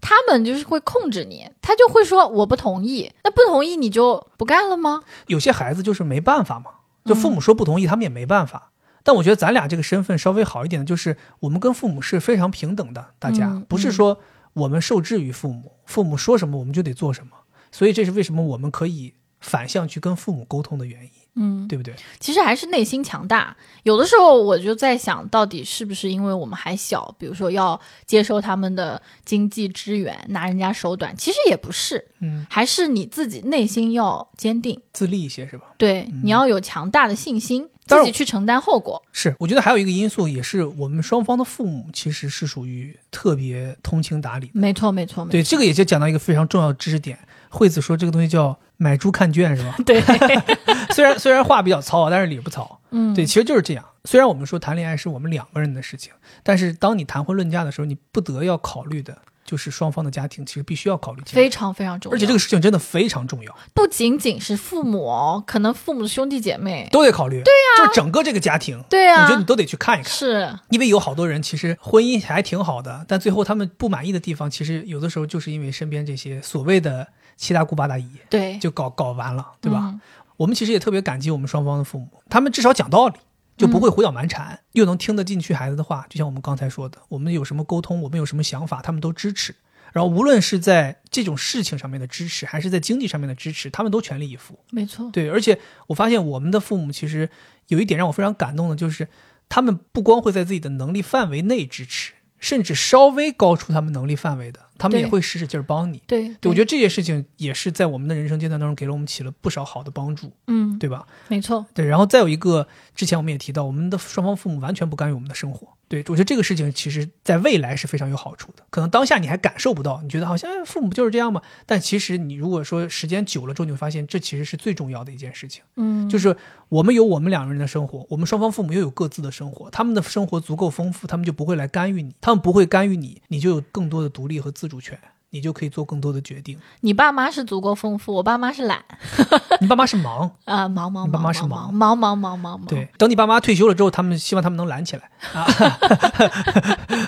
S2: 他们就是会控制你，他就会说我不同意，那不同意你就不干了吗？
S1: 有些孩子就是没办法嘛，就
S2: 嗯
S1: 父母说不同意，他们也没办法。但我觉得咱俩这个身份稍微好一点的，就是我们跟父母是非常平等的，大家、
S2: 嗯
S1: 不是说我们受制于父母，父母说什么我们就得做什么，所以这是为什么我们可以反向去跟父母沟通的原因，
S2: 嗯，
S1: 对不对？
S2: 其实还是内心强大。有的时候我就在想，到底是不是因为我们还小，比如说要接收他们的经济支援，拿人家手短，其实也不是，
S1: 嗯，
S2: 还是你自己内心要坚定，
S1: 自立一些是吧？
S2: 对，你要有强大的信心，
S1: 当然
S2: 自己去承担后果。
S1: 是，我觉得还有一个因素，也是我们双方的父母其实是属于特别通情达理的。
S2: 没错，没错，没
S1: 对，这个也就讲到一个非常重要的知识点。惠子说这个东西叫买猪看圈是吧？
S2: 错， 对，
S1: 虽然虽然话比较糙啊，但是理不糙。
S2: 嗯，
S1: 对，，其实就是这样。虽然我们说谈恋爱是我们两个人的事情，但是当你谈婚论嫁的时候，你不得要考虑的就是双方的家庭，其实必须要考虑进去。
S2: 非常非常重要。
S1: 而且这个事情真的非常重要，
S2: 不仅仅是父母哦，可能父母的兄弟姐妹，
S1: 都得考虑。对呀、就是整个这个家庭，
S2: 对
S1: 我觉得
S2: 啊
S1: 你，都得去看一看。
S2: 是，
S1: 因为有好多人其实婚姻还挺好的，但最后他们不满意的地方，其实有的时候就是因为身边这些所谓的七大姑八大姨
S2: 对，
S1: 就搞搞完了，对吧？
S2: 哎嗯？
S1: 我们其实也特别感激我们双方的父母，他们至少讲道理，就不会胡搅蛮缠，又能听得进去孩子的话。就像我们刚才说的，我们有什么沟通，我们有什么想法，他们都支持。然后无论是在这种事情上面的支持，还是在经济上面的支持，他们都全力以赴。
S2: 没错，
S1: 对，而且我发现我们的父母其实有一点让我非常感动的，就是他们不光会在自己的能力范围内支持，甚至稍微高出他们能力范围的，他们也
S2: 对
S1: 会使使劲儿帮你。
S2: 对，
S1: 对，我觉得这些事情也是在我们的人生阶段当中给了我们起了不少好的帮助，
S2: 嗯，
S1: 对吧？
S2: 没错，
S1: 对，然后再有一个，之前我们也提到，我们的双方父母完全不干预我们的生活。对，我觉得这个事情其实在未来是非常有好处的。可能当下你还感受不到，你觉得好像哎父母就是这样嘛。但其实你如果说时间久了之后，你会发现这其实是最重要的一件事情。
S2: 嗯，
S1: 就是我们有我们两个人的生活，我们双方父母又有各自的生活，他们的生活足够丰富，他们就不会来干预你，他们不会干预你，你就有更多的独立和自主权，你就可以做更多的决定。
S2: 你爸妈是足够丰富，我爸妈是懒
S1: 你爸妈是 忙，
S2: 啊，忙忙
S1: 你爸
S2: 忙
S1: 妈是忙
S2: 忙忙忙忙忙忙，
S1: 对，等你爸妈退休了之后，他们希望他们能懒起来啊，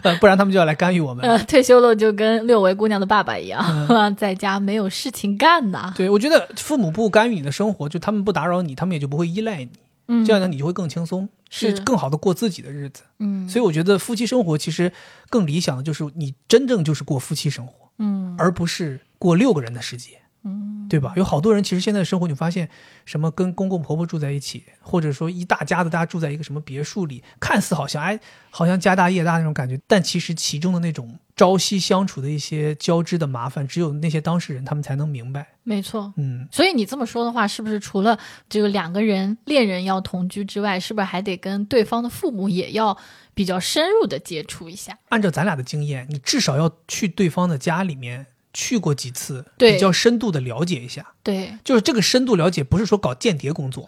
S1: 呃不然他们就要来干预我们。
S2: 呃，退休了就跟六维姑娘的爸爸一样，
S1: 嗯
S2: 在家没有事情干呐。
S1: 对，我觉得父母不干预你的生活，就他们不打扰你，他们也就不会依赖你，
S2: 嗯
S1: 这样呢，你就会更轻松，
S2: 是
S1: 去更好的过自己的日子。
S2: 嗯
S1: 所以我觉得夫妻生活其实更理想的就是你真正就是过夫妻生活，
S2: 嗯
S1: 而不是过六个人的世界，
S2: 嗯，
S1: 对吧？有好多人其实现在的生活，你发现什么跟公公婆婆住在一起，或者说一大家子大家住在一个什么别墅里，看似好像哎好像家大业大那种感觉，但其实其中的那种朝夕相处的一些交织的麻烦，只有那些当事人他们才能明白。
S2: 没错。
S1: 嗯，
S2: 所以你这么说的话，是不是除了这个两个人恋人要同居之外，是不是还得跟对方的父母也要比较深入的接触一下？
S1: 按照咱俩的经验，你至少要去对方的家里面去过几次，
S2: 对
S1: 比较深度的了解一下。
S2: 对，
S1: 就是这个深度了解，不是说搞间谍工 作，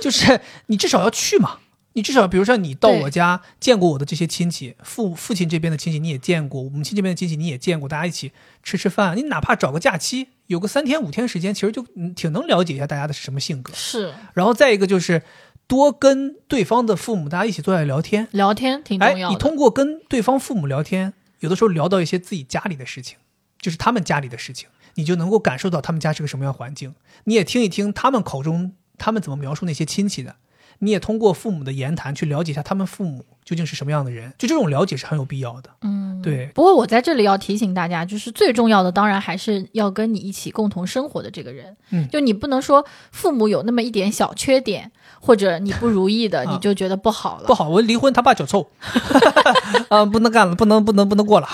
S1: 就是你至少要去嘛。你至少，比如说你到
S2: 对
S1: 我家见过我的这些亲戚，父父亲这边的亲戚你也见过，母亲这边的亲戚你也见过，大家一起吃吃饭，你哪怕找个假期，有个三天五天时间，其实就嗯挺能了解一下大家的是什么性格。
S2: 是
S1: 然后再一个就是多跟对方的父母大家一起坐下来聊天，
S2: 聊天挺
S1: 哎，
S2: 重要
S1: 你
S2: 的。
S1: 通过跟对方父母聊天，有的时候聊到一些自己家里的事情，就是他们家里的事情，你就能够感受到他们家是个什么样的环境。你也听一听他们口中他们怎么描述那些亲戚的，你也通过父母的言谈去了解一下他们父母究竟是什么样的人。就这种了解是很有必要的。
S2: 嗯，
S1: 对，
S2: 不过我在这里要提醒大家，就是最重要的，当然还是要跟你一起共同生活的这个人。
S1: 嗯
S2: 就你不能说父母有那么一点小缺点，或者你不如意的，
S1: 啊
S2: 你就觉得不好了。
S1: 不好，我离婚他爸脚臭，啊、不能干了，不能不能不能过了。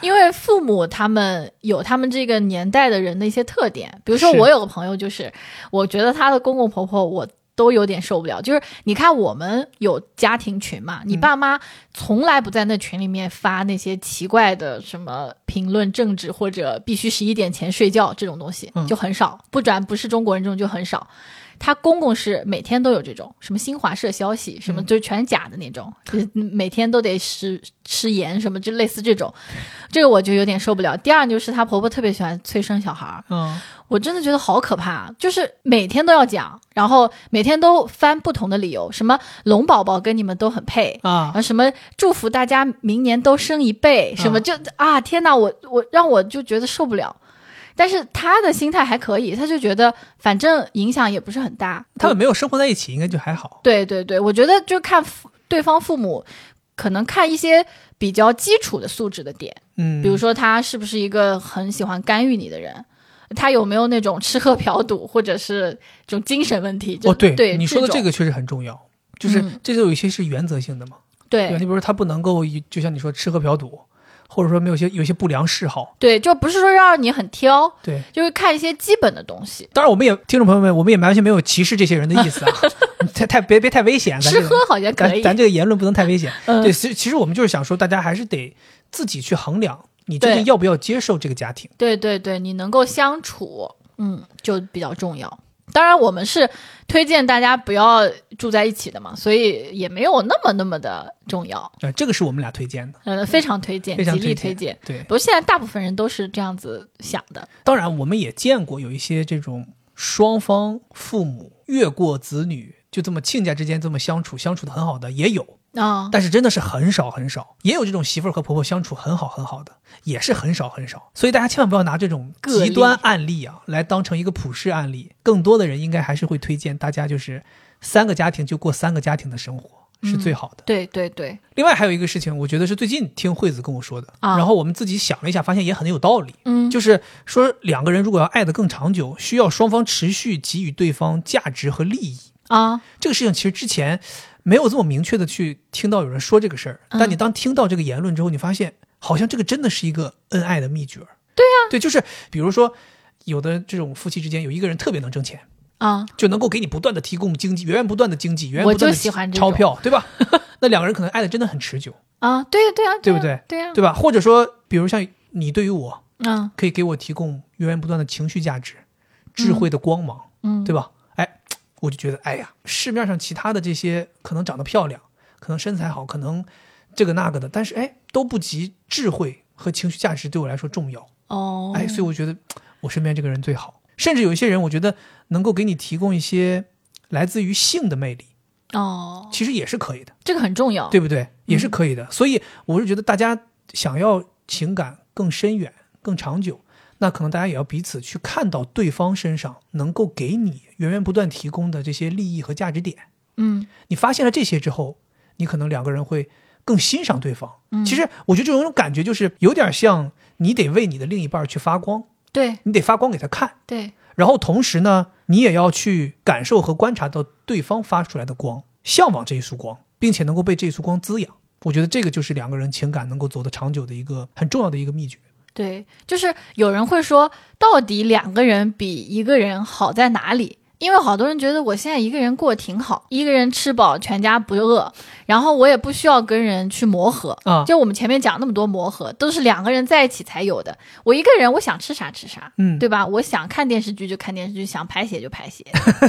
S2: 因为父母他们有他们这个年代的人的一些特点，比如说
S1: 是
S2: 我有个朋友，就是我觉得他的公公婆婆我。都有点受不了，就是你看我们有家庭群嘛，
S1: 嗯
S2: 你爸妈从来不在那群里面发那些奇怪的什么评论政治或者必须十一点前睡觉这种东西
S1: 嗯，
S2: 就很少。不然不是中国人这种就很少。他公公是每天都有这种什么新华社消息，什么
S1: 嗯
S2: 就是全假的那种，就是每天都得食食盐什么，就类似这种，这个我就有点受不了。第二就是她婆婆特别喜欢催生小孩儿，
S1: 嗯，
S2: 我真的觉得好可怕，啊就是每天都要讲，然后每天都翻不同的理由，什么龙宝宝跟你们都很配。
S1: 啊
S2: 然，后什么祝福大家明年都生一倍，什么
S1: 嗯
S2: 就啊天哪，我我让我就觉得受不了。但是她的心态还可以，她就觉得反正影响也不是很大。
S1: 他们没有生活在一起，应该就还好。
S2: 对对对，我觉得就看父对方父母，可能看一些比较基础的素质的点，
S1: 嗯，
S2: 比如说他是不是一个很喜欢干预你的人，他有没有那种吃喝嫖赌或者是这种精神问题。就
S1: 哦，对，
S2: 对，
S1: 你说的这
S2: 种
S1: 个确实很重要，就是、
S2: 嗯
S1: 这就有一些是原则性的嘛。对，
S2: 对
S1: 你比如说他不能够，就像你说吃喝嫖赌，或者说没有些有些不良嗜好。
S2: 对，就不是说让你很挑，
S1: 对，
S2: 就是看一些基本的东西。
S1: 当然我们也听众朋友们，我们也完全没有歧视这些人的意 思啊，你太太别别太危险，哎啊咱
S2: 吃
S1: 这个
S2: 喝好像可
S1: 咱
S2: 以，
S1: 咱这个言论不能太危险。
S2: 嗯
S1: 对，其其实我们就是想说，大家还是得自己去衡量，你究竟
S2: 对
S1: 要不要接受这个家庭。
S2: 对对对，你能够相处，嗯，就比较重要。当然，我们是推荐大家不要住在一起的嘛，所以也没有那么那么的重要。
S1: 呃，这个是我们俩推荐的，
S2: 呃，非常推荐，
S1: 非常
S2: 极力
S1: 推
S2: 推荐。
S1: 对。
S2: 不过现在大部分人都是这样子想的，
S1: 当然，我们也见过有一些这种双方父母越过子女，就这么亲家之间这么相处，相处的很好的也有。
S2: 啊、
S1: 但是真的是很少很少，也有这种媳妇儿和婆婆相处很好很好的，也是很少很少。所以大家千万不要拿这种
S2: 个
S1: 极
S2: 例
S1: 端案例啊来当成一个普世案例。更多的人应该还是会推荐大家就是三个家庭就过三个家庭的生活，
S2: 嗯
S1: 是最好的。
S2: 对对对，
S1: 另外还有一个事情，我觉得是最近听惠子跟我说的，
S2: 啊
S1: 然后我们自己想了一下，发现也很有道理。
S2: 嗯，
S1: 就是说，两个人如果要爱得更长久，需要双方持续给予对方价值和利益。
S2: 啊，
S1: 这个事情其实之前没有这么明确的去听到有人说这个事儿，
S2: 嗯
S1: 但你当听到这个言论之后，你发现好像这个真的是一个恩爱的秘诀。对
S2: 啊
S1: 呀、对，就是比如说，有的这种夫妻之间有一个人特别能挣钱，
S2: 啊，
S1: 就能够给你不断的提供经济，源源不断的经济，源源
S2: 我
S1: 不断
S2: 就喜欢
S1: 的
S2: 这种
S1: 钞票，对吧？ 那两个人可能爱的真的很持久，
S2: 啊，对呀对呀，
S1: 对
S2: 呀
S1: 不对？
S2: 对呀，
S1: 对吧？或者说，比如像你对于我，
S2: 嗯
S1: 可以给我提供源源不断的情绪价值、智慧的光芒，
S2: 嗯，
S1: 对吧？哎，我就觉得，哎呀，市面上其他的这些可能长得漂亮，可能身材好，可能这个那个的，但是哎，都不及智慧和情绪价值对我来说重要。
S2: 哦，
S1: 哎，所以我觉得我身边这个人最好。甚至有一些人，我觉得能够给你提供一些来自于性的魅力，
S2: 哦，
S1: 其实也是可以的，
S2: 这个很重要，
S1: 对不对？也是可以的。所以我是觉得，大家想要情感更深远、更长久，那可能大家也要彼此去看到对方身上能够给你源源不断提供的这些利益和价值点。
S2: 嗯
S1: 你发现了这些之后，你可能两个人会更欣赏对方。
S2: 嗯，
S1: 其实我觉得这种感觉就是有点像你得为你的另一半去发光，
S2: 对
S1: 你得发光给他看，
S2: 对，
S1: 然后同时呢，你也要去感受和观察到对方发出来的光，向往这一束光，并且能够被这一束光滋养。我觉得这个就是两个人情感能够走得长久的一个很重要的一个秘诀。
S2: 对，就是有人会说，到底两个人比一个人好在哪里？因为好多人觉得我现在一个人过得挺好，一个人吃饱全家不饿，然后我也不需要跟人去磨合
S1: 啊
S2: 就我们前面讲那么多磨合，都是两个人在一起才有的。我一个人，我想吃啥吃啥，
S1: 嗯，
S2: 对吧？我想看电视剧就看电视剧，想拍鞋就拍鞋。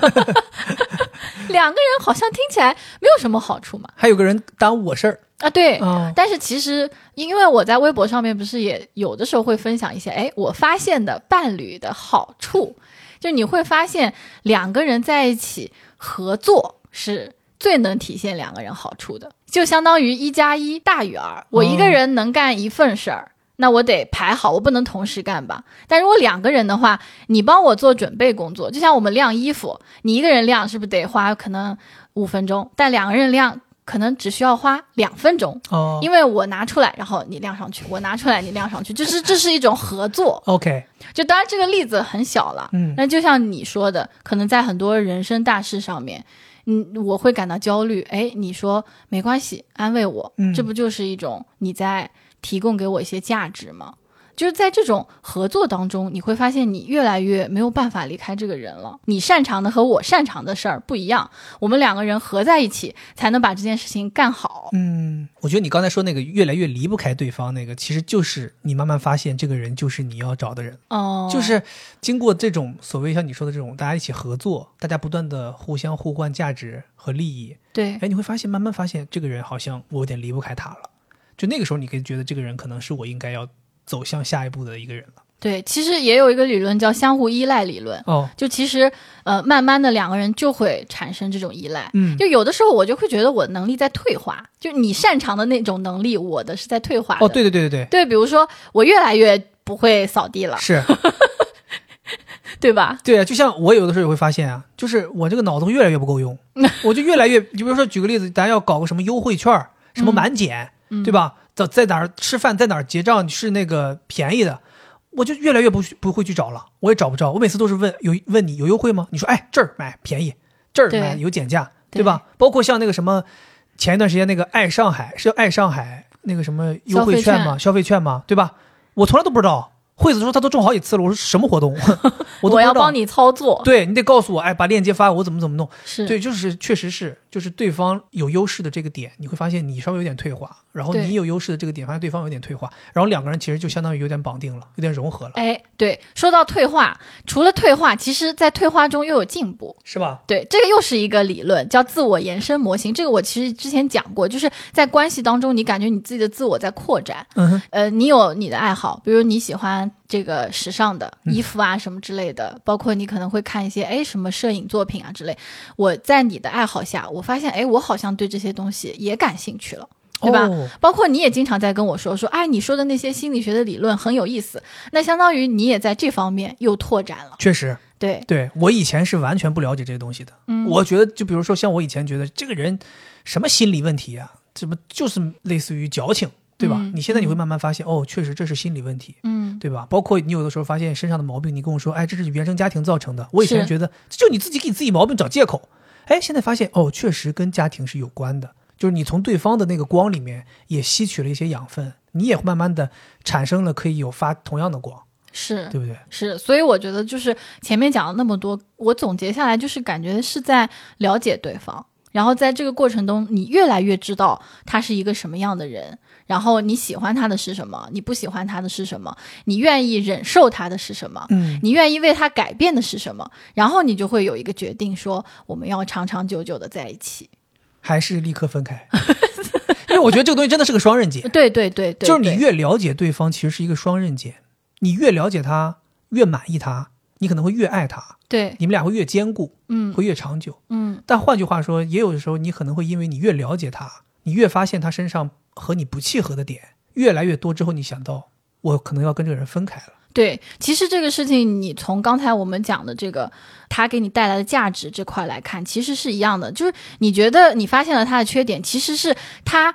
S2: 两个人好像听起来没有什么好处嘛。
S1: 还有个人耽误我事儿
S2: 啊， 对，
S1: 啊，
S2: 但是其实，因为我在微博上面不是也有的时候会分享一些，哎，我发现的伴侣的好处，就你会发现两个人在一起合作是最能体现两个人好处的，就相当于一加一大于二。我一个人能干一份事儿。那我得排好，我不能同时干吧。但如果两个人的话，你帮我做准备工作，就像我们晾衣服，你一个人晾是不是得花可能五分钟？但两个人晾可能只需要花两分钟。
S1: 哦
S2: 因为我拿出来，然后你晾上去，我拿出来你晾上去， 就是这是一种合作。
S1: ，OK，
S2: 就当然这个例子很小了，
S1: 嗯
S2: 那就像你说的，可能在很多人生大事上面，嗯，我会感到焦虑。哎，你说没关系，安慰我，
S1: 嗯
S2: 这不就是一种你在提供给我一些价值吗？就是在这种合作当中，你会发现你越来越没有办法离开这个人了。你擅长的和我擅长的事儿不一样，我们两个人合在一起才能把这件事情干好。
S1: 嗯，我觉得你刚才说那个越来越离不开对方那个，其实就是你慢慢发现这个人就是你要找的人，
S2: 哦、
S1: 就是经过这种所谓像你说的这种大家一起合作，大家不断的互相互换价值和利益，
S2: 对，
S1: 哎，你会发现慢慢发现这个人好像我有点离不开他了，就那个时候你可以觉得这个人可能是我应该要走向下一步的一个人了。
S2: 对，其实也有一个理论叫相互依赖理论，
S1: 哦，
S2: 就其实呃，慢慢的两个人就会产生这种依赖。
S1: 嗯
S2: 就有的时候我就会觉得我能力在退化，就你擅长的那种能力，我的是在退化的。
S1: 哦，对对对对
S2: 对，比如说我越来越不会扫地了
S1: 对，，是
S2: 对吧？
S1: 对啊，就像我有的时候也会发现啊，就是我这个脑洞越来越不够用，我就越来越，你比如说举个例子，咱要搞个什么优惠券儿，什么满减，对吧？在在哪儿吃饭，在哪儿结账是那个便宜的，我就越来越不去不会去找了，我也找不着，我每次都是问有问你有优惠吗？你说哎这儿买便宜，这儿
S2: 对
S1: 买有减价，
S2: 对
S1: 对吧？包括像那个什么，前一段时间那个爱上海是叫爱上海那个什么优惠券吗？消费券吗？对吧？我从来都不知道。惠子说她都中好几次了，我说什么活动？ 我都不 知道
S2: 要帮你操作，
S1: 对你得告诉我，哎，把链接发我，我怎么怎么弄？
S2: 是，
S1: 对，就是确实是，就是对方有优势的这个点，你会发现你稍微有点退化，然后
S2: 对
S1: 你有优势的这个点，发现对方有点退化，然后两个人其实就相当于有点绑定了，有点融合了，
S2: 哎，对，说到退化，除了退化，其实在退化中又有进步。
S1: 是吧？
S2: 对，这个又是一个理论，叫自我延伸模型。这个我其实之前讲过，就是在关系当中，你感觉你自己的自我在扩展。
S1: 嗯哼，
S2: 呃，你有你的爱好，比如你喜欢这个时尚的衣服啊什么之类的，包括你可能会看一些哎什么摄影作品啊之类。我在你的爱好下，我发现哎，我好像对这些东西也感兴趣了。对吧
S1: 哦
S2: 包括你也经常在跟我说说，哎，你说的那些心理学的理论很有意思，那相当于你也在这方面又拓展了。
S1: 确实，
S2: 对，
S1: 对我以前是完全不了解这些东西的，
S2: 嗯，
S1: 我觉得就比如说像我以前觉得这个人什么心理问题啊，怎么就是类似于矫情，对吧？
S2: 嗯
S1: 你现在你会慢慢发现，哦，确实这是心理问题，
S2: 嗯，
S1: 对吧？包括你有的时候发现身上的毛病，你跟我说，哎，这是原生家庭造成的。我以前
S2: 是
S1: 觉得这就你自己给你自己毛病找借口，哎，现在发现哦，确实跟家庭是有关的，就是你从对方的那个光里面也吸取了一些养分，你也慢慢的产生了可以有发同样的光，
S2: 是
S1: 对不对？
S2: 是，所以我觉得就是前面讲了那么多，我总结下来就是感觉是在了解对方，然后在这个过程中，你越来越知道他是一个什么样的人，然后你喜欢他的是什么，你不喜欢他的是什么，你愿意忍受他的是什么。
S1: 嗯，
S2: 你愿意为他改变的是什么？然后你就会有一个决定，说我们要长长久久的在一起。
S1: 还是立刻分开， 因为我觉得这个东西真的是个双刃剑，
S2: 对对 对对，
S1: 就是
S2: 对
S1: 你越了解对方，其实是一个双刃剑，你越了解他，越满意他，你可能会越爱他，
S2: 对，
S1: 你们俩会越坚固，
S2: 嗯
S1: 会越长久。
S2: 嗯，
S1: 但换句话说，也有的时候你可能会因为你越了解他，你越发现他身上和你不契合的点越来越多之后，你想到我可能要跟这个人分开了。
S2: 对，其实这个事情，你从刚才我们讲的这个他给你带来的价值这块来看，其实是一样的。就是你觉得你发现了他的缺点，其实是他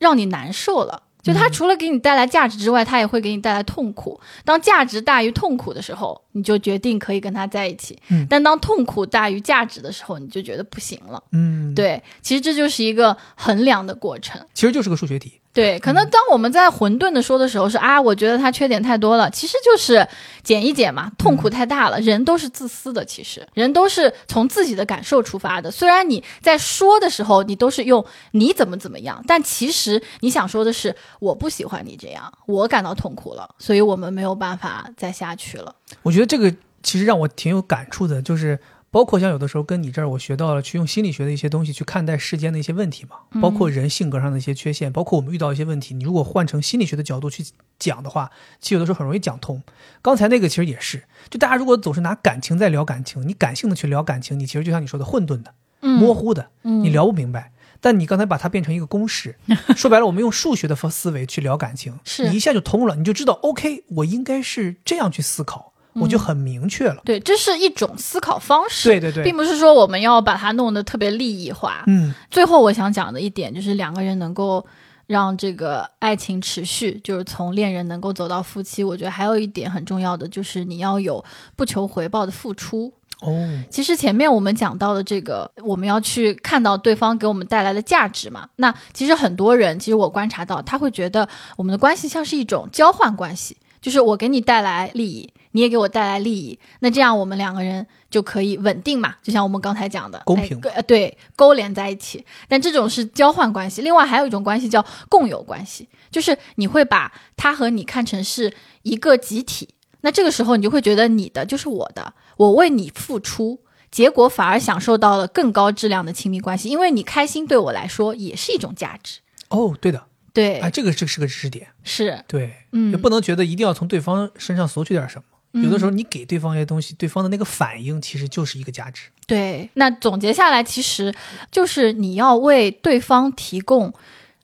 S2: 让你难受了。就
S1: 嗯
S2: 他除了给你带来价值之外，他也会给你带来痛苦。当价值大于痛苦的时候，你就决定可以跟他在一起；
S1: 嗯
S2: 但当痛苦大于价值的时候，你就觉得不行了。
S1: 嗯，，
S2: 对，其实这就是一个衡量的过程。
S1: 其实就是个数学题。
S2: 对，可能当我们在混沌的说的时候是啊，我觉得他缺点太多了，其实就是减一减
S1: 嗯
S2: 嘛，痛苦太大了。人都是自私的，其实人都是从自己的感受出发的。虽然你在说的时候，你都是用你怎么怎么样，但其实你想说的是，我不喜欢你这样，我感到痛苦了，所以我们没有办法再下去了。
S1: 我觉得这个其实让我挺有感触的，就是包括像有的时候跟你这儿，我学到了去用心理学的一些东西去看待世间的一些问题嘛，包括人性格上的一些缺陷，包括我们遇到一些问题，你如果换成心理学的角度去讲的话，其实有的时候很容易讲通。刚才那个其实也是，就大家如果总是拿感情在聊感情，你感性的去聊感情，你其实就像你说的混沌的、
S2: 嗯，
S1: 模糊的，
S2: 嗯
S1: 你聊不明白。但你刚才把它变成一个公式， 说白了，我们用数学的方思维去聊感情，
S2: 是
S1: 你一下就通了，你就知道，OK，我应该是这样去思考，我就很明确了。
S2: 对，这是一种思考方式，
S1: 对对对
S2: 并不嗯是说我们要把它弄得特别利益化。
S1: 嗯，
S2: 最后我想讲的一点就是，两个人能够让这个爱情持续，就是从恋人能够走到夫妻。我觉得还有一点很重要的就是你要有不求回报的付出。
S1: 哦，
S2: 其实前面我们讲到的这个，我们要去看到对方给我们带来的价值嘛。那其实很多人，其实我观察到，他会觉得我们的关系像是一种交换关系，就是我给你带来利益，你也给我带来利益，那这样我们两个人就可以稳定嘛。就像我们刚才讲的，
S1: 公平
S2: 哎勾呃对，勾连在一起。但这种是交换关系，另外还有一种关系叫共有关系，就是你会把他和你看成是一个集体。那这个时候，你就会觉得你的就是我的，我为你付出，结果反而享受到了更高质量的亲密关系，因为你开心对我来说也是一种价值。
S1: 哦，对的，
S2: 对，
S1: 哎，这个这个是个知识点，
S2: 是，
S1: 对，
S2: 嗯
S1: 也，不能觉得一定要从对方身上索取点什么。有的时候
S2: 嗯
S1: 你给对方一些东西，对方的那个反应其实就是一个价值。
S2: 对。那总结下来，其实就是你要为对方提供，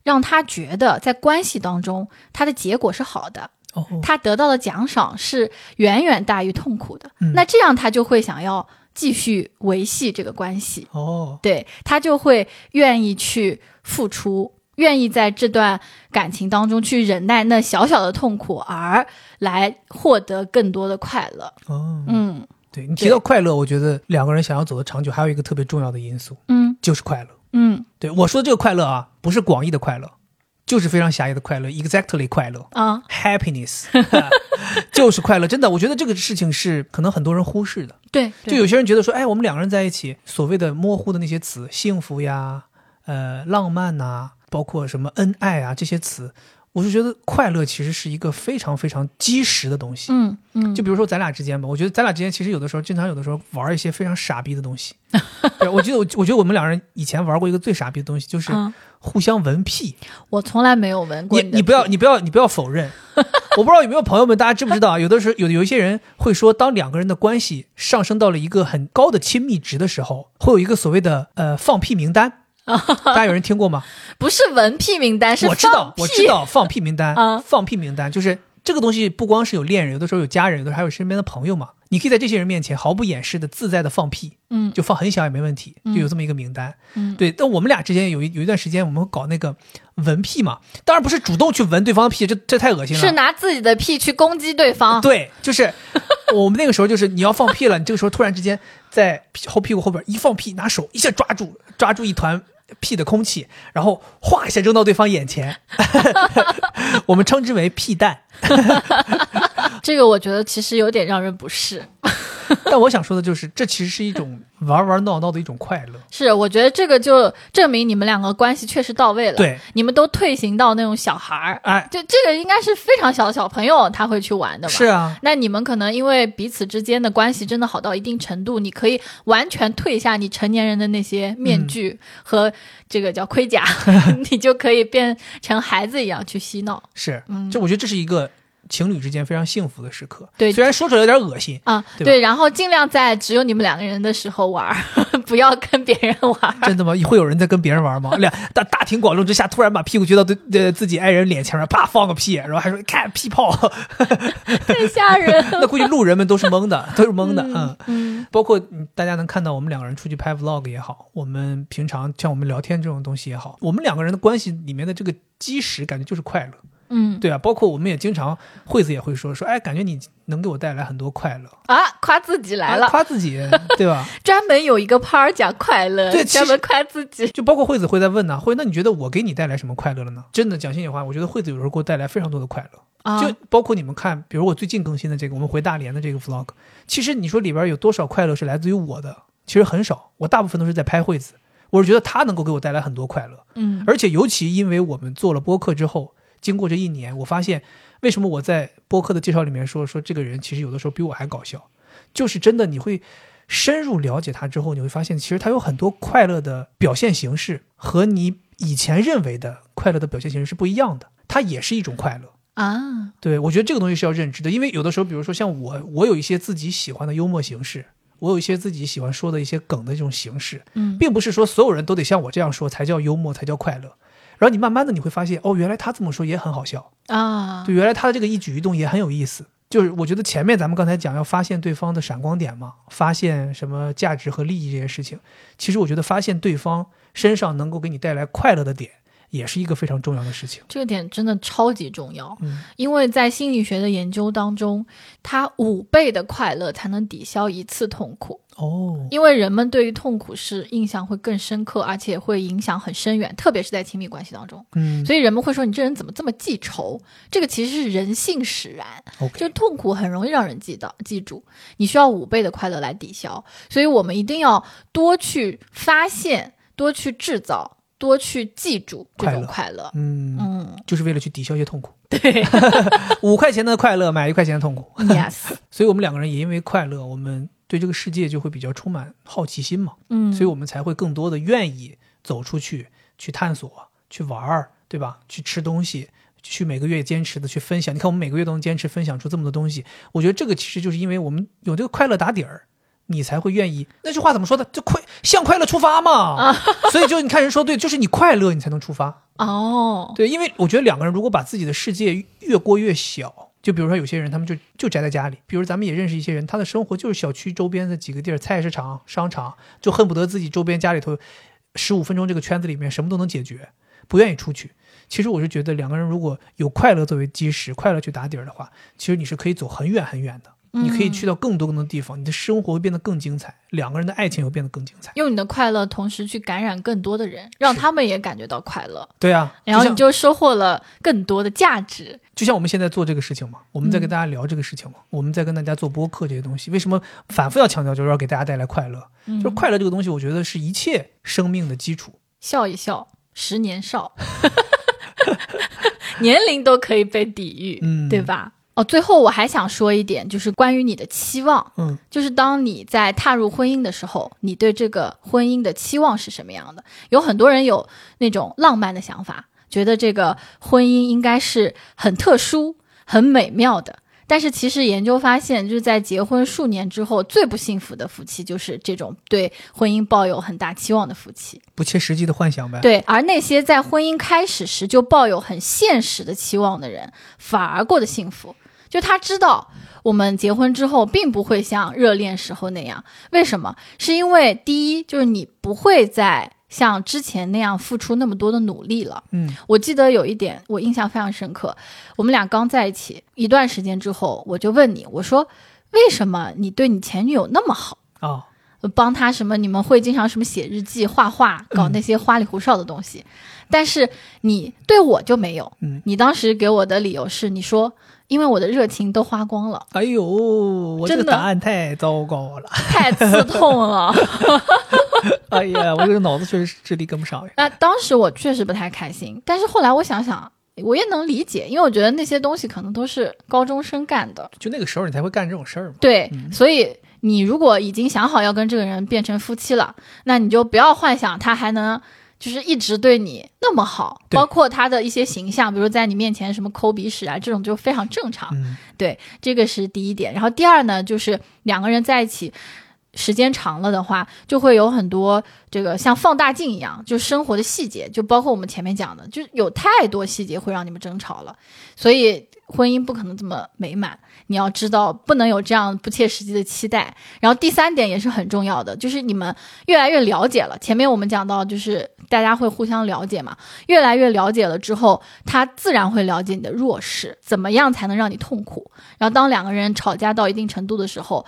S2: 让他觉得在关系当中他的结果是好的，
S1: 哦，
S2: 他得到的奖赏是远远大于痛苦的。
S1: 嗯
S2: 那这样他就会想要继续维系这个关系。
S1: 哦，
S2: 对他就会愿意去付出，愿意在这段感情当中去忍耐那小小的痛苦，而来获得更多的快乐。
S1: 哦，
S2: 嗯
S1: 对你提到快乐，我觉得两个人想要走得长久，还有一个特别重要的因素
S2: 嗯
S1: 就是快乐。
S2: 嗯
S1: 对我说的这个快乐啊，不是广义的快乐，就是非常狭义的快乐，exactly 快乐
S2: 啊，
S1: ，happiness，就是啊快乐。真的，我觉得这个事情是可能很多人忽视的。
S2: 对，
S1: 就有些人觉得说，哎，我们两个人在一起，所谓的模糊的那些词，幸福呀，呃，浪漫呐、包括什么恩爱啊这些词，我是觉得快乐其实是一个非常非常基石的东西。
S2: 嗯嗯，
S1: 就比如说咱俩之间吧，我觉得咱俩之间其实有的时候，经常有的时候玩一些非常傻逼的东 西。对我记得我我觉得我们两人以前玩过一个最傻逼的东西，就是
S2: 啊，
S1: 互相闻屁。
S2: 我从来没有闻过
S1: 你
S2: 的
S1: 你不要
S2: 屁
S1: 你不要你不要否认。 我不知道有没有朋友们，大家知不知道啊？有的时候有有一些人会说，当两个人的关系上升到了一个很高的亲密值的时候，会有一个所谓的呃放屁名 单。大家有人听过吗？
S2: 不是闻屁名单，是
S1: 我知道
S2: 放，屁
S1: 我 知，道放屁名单
S2: 啊
S1: 放屁名单就是这个东西，不光是有恋人，有的时候有家人，有的时候还有身边的朋友嘛。你可以在这些人面前毫不掩饰的自在的放屁，
S2: 嗯
S1: 就放很小也没问题，就
S2: 嗯
S1: 有这么一个名单。
S2: 嗯，
S1: 对，但我们俩之间有一有一段时间，我们搞那个闻屁嘛，当然不是主动去闻对方的屁，这这太恶心了。
S2: 是拿自己的屁去攻击对方，
S1: 对，就是我们那个时候，就是你要放屁了，你这个时候突然之间在屁后屁股后边一放屁，拿手一下抓住抓住一团屁的空气，然后哗一下扔到对方眼 前， 我们称之为屁蛋。
S2: 这个我觉得其实有点让人不适。
S1: 但我想说的就是，这其实是一种玩玩闹闹的一种快乐。
S2: 是，我觉得这个就证明你们两个关系确实到位了。，
S1: 对，
S2: 你们都退行到那种小孩儿，
S1: 哎，
S2: 就这个应该是非常小的小朋友他会去玩的嘛。
S1: 是。啊，
S2: 那你们可能因为彼此之间的关系真的好到一定程度，你可以完全退下你成年人的那些面
S1: 嗯
S2: 具和这个叫 盔甲，你就可以变成孩子一样去嬉闹
S1: 是
S2: 嗯，
S1: 就我觉得这是一个情侣之间非常幸福的时刻。
S2: 对
S1: 虽然说出来有点恶心，
S2: 啊。
S1: 对吧
S2: 对，然后尽量在只有你们两个人的时候玩儿， 不要跟别人 玩 儿。
S1: 真的吗？会有人在跟别人玩吗？两大大庭广众之下，突然把屁股撅到对呃自己爱人脸前面，啪放个屁，然后还说看屁 泡，
S2: 太吓人
S1: 那估计路人们都是懵 的，都是懵的，嗯。
S2: 嗯，
S1: 包括嗯大家能看到我们两个人出去拍 vlog 也好，我们平常像我们聊天这种东西也好，我们两个人的关系里面的这个基石感觉就是快乐，
S2: 嗯
S1: 对啊，包括我们也经常惠子也会说说，哎，感觉你能给我带来很多快乐，
S2: 啊，夸自己来了
S1: 啊，夸自己，对吧？
S2: 专门有一个 part 儿讲快乐，
S1: 对其实
S2: 专门夸自己。
S1: 就包括惠子会在问呢、惠，那你觉得我给你带来什么快乐了呢？真的讲心里话，我觉得惠子有时候给我带来非常多的快乐，
S2: 啊
S1: 就包括你们看，比如我最近更新的这个我们回大连的这个 vlog，其实你说里边有多少快乐是来自于我的？其实很少，我大部分都是在拍惠子，我是觉得她能够给我带来很多快乐，
S2: 嗯
S1: 而且尤其因为我们做了播客之后，经过这一年，我发现为什么我在播客的介绍里面说说这个人其实有的时候比我还搞笑，就是真的你会深入了解他之后，你会发现其实他有很多快乐的表现形式和你以前认为的快乐的表现形式是不一样的，它也是一种快乐。
S2: 啊，
S1: 对，我觉得这个东西是要认知的，因为有的时候，比如说像我，我有一些自己喜欢的幽默形式，我有一些自己喜欢说的一些梗的这种形式，
S2: 嗯
S1: 并不是说所有人都得像我这样说才叫幽默，才叫快乐。然后你慢慢的你会发现，哦，原来他这么说也很好笑，
S2: 啊，
S1: 对，原来他的这个一举一动也很有意思。就是我觉得前面咱们刚才讲要发现对方的闪光点嘛，发现什么价值和利益这些事情，其实我觉得发现对方身上能够给你带来快乐的点，也是一个非常重要的事情。
S2: 这个点真的超级重要，
S1: 嗯
S2: 因为在心理学的研究当中，它五倍的快乐才能抵消一次痛苦，
S1: 哦，
S2: 因为人们对于痛苦是印象会更深刻，而且会影响很深远，特别是在亲密关系当中，
S1: 嗯
S2: 所以人们会说你这人怎么这么记仇？这个其实是人性使然，
S1: ，OK，
S2: 就痛苦很容易让人记到记住，你需要五倍的快乐来抵消，所以我们一定要多去发现，多去制造，多去记住这种快 乐。
S1: 嗯，
S2: 嗯
S1: 就是为了去抵消一些痛苦。
S2: 对
S1: 五块钱的快乐买一块钱的痛苦，
S2: ，yes，
S1: 所以我们两个人也因为快乐，我们对这个世界就会比较充满好奇心嘛，
S2: 嗯，
S1: 所以我们才会更多的愿意走出去去探索、去玩儿，对吧？去吃东西，去每个月坚持的去分享。你看，我们每个月都能坚持分享出这么多东西，我觉得这个其实就是因为我们有这个快乐打底儿。你才会愿意。那句话怎么说的？就快向快乐出发
S2: 啊
S1: 嘛。所以就你看人说对，就是你快乐，你才能出发。
S2: 哦，
S1: 对，因为我觉得两个人如果把自己的世界越过越小，就比如说有些人他们就就宅在家里，比如咱们也认识一些人，他的生活就是小区周边的几个地儿，菜市场、商场，就恨不得自己周边家里头十五分钟这个圈子里面什么都能解决，不愿意出去。其实我是觉得两个人如果有快乐作为基石，快乐去打底儿的话，其实你是可以走很远很远的，你可以
S2: 嗯
S1: 去到更多更多的地方，你的生活会变得更精彩，两个人的爱情也会变得更精彩。
S2: 用你的快乐同时去感染更多的人，让他们也感觉到快乐，
S1: 对啊，
S2: 然后
S1: 就
S2: 你
S1: 像
S2: 就收获了更多的价值。
S1: 就像我们现在做这个事情嘛，我们在跟
S2: 嗯
S1: 大家聊这个事情嘛，我们在跟大家做播客这些东西，为什么反复要强调就是要给大家带来快乐？
S2: 嗯
S1: 就是快乐这个东西，我觉得是一切生命的基础。
S2: 笑一笑，十 年少，年龄都可以被抵御，
S1: 嗯
S2: 对吧？哦，最后我还想说一点，就是关于你的期望，
S1: 嗯
S2: 就是当你在踏入婚姻的时候，你对这个婚姻的期望是什么样的？有很多人有那种浪漫的想法，觉得这个婚姻应该是很特殊、很美妙的。但是其实研究发现，就是在结婚数年之后，最不幸福的夫妻就是这种对婚姻抱有很大期望的夫妻。
S1: 不切实际的幻想呗。
S2: 对，而那些在婚姻开始时就抱有很现实的期望的人，反而过得幸福。就他知道我们结婚之后并不会像热恋时候那样，为什么？是因为第一就是你不会再像之前那样付出那么多的努力了。
S1: 嗯
S2: 我记得有一点我印象非常深刻，我们俩刚在一起一段时间之后，我就问你，我说为什么你对你前女友那么好？
S1: 啊，
S2: 帮他什么？你们会经常什么写日记、画画，搞那些花里胡哨的东西，但是你对我就没有。
S1: 嗯
S2: 你当时给我的理由是，你说因为我的热情都花光了，
S1: 哎呦，我这个
S2: 真的
S1: 答案太糟糕 了。
S2: 太刺痛了。
S1: 哎呀，我这个脑子确实是智力跟不上呀。
S2: 那当时我确实不太开心，但是后来我想想，我也能理解，因为我觉得那些东西可能都是高中生干的。
S1: 就那个时候你才会干这种事儿嘛。
S2: 对，
S1: 嗯
S2: 所以你如果已经想好要跟这个人变成夫妻了，那你就不要幻想他还能就是一直对你那么好，
S1: 对
S2: 包括他的一些形象，比如在你面前什么抠鼻屎啊，这种就非常正常。
S1: 嗯，
S2: 对，这个是第一点。然后第二呢，就是两个人在一起。时间长了的话，就会有很多这个像放大镜一样，就生活的细节，就包括我们前面讲的，就有太多细节会让你们争吵了。所以婚姻不可能这么美满，你要知道不能有这样不切实际的期待。然后第三点也是很重要的，就是你们越来越了解了。前面我们讲到，就是大家会互相了解嘛，越来越了解了之后，他自然会了解你的弱势，怎么样才能让你痛苦。然后当两个人吵架到一定程度的时候，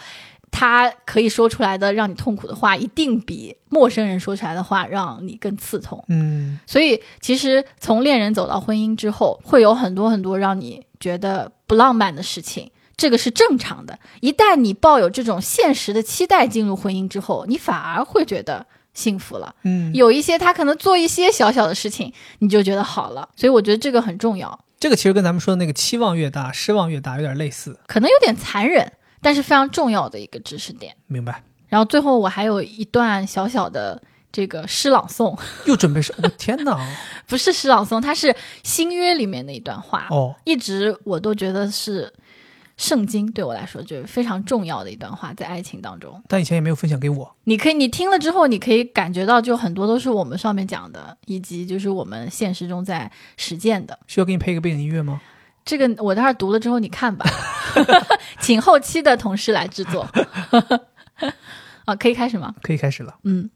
S2: 他可以说出来的让你痛苦的话，一定比陌生人说出来的话让你更刺痛。
S1: 嗯，
S2: 所以其实从恋人走到婚姻之后，会有很多很多让你觉得不浪漫的事情。这个是正常的，一旦你抱有这种现实的期待进入婚姻之后，你反而会觉得幸福了。
S1: 嗯，
S2: 有一些他可能做一些小小的事情，你就觉得好了。所以我觉得这个很重要，
S1: 这个其实跟咱们说的那个期望越大，失望越大有点类似，
S2: 可能有点残忍，但是非常重要的一个知识点。
S1: 明白？
S2: 然后最后我还有一段小小的这个诗朗诵，
S1: 又准备是，我、天哪！
S2: 不是诗朗诵，它是新约里面的一段话，
S1: 哦，
S2: 一直我都觉得是圣经对我来说就是非常重要的一段话，在爱情当中，
S1: 但以前也没有分享给我。
S2: 你可以你听了之后，你可以感觉到就很多都是我们上面讲的，以及就是我们现实中在实践的。
S1: 需要给你配一个背景音乐吗？
S2: 这个我待会儿读了之后你看吧， 请后期的同事来制作。 啊，可以开始吗？
S1: 可以开始了。
S2: 嗯，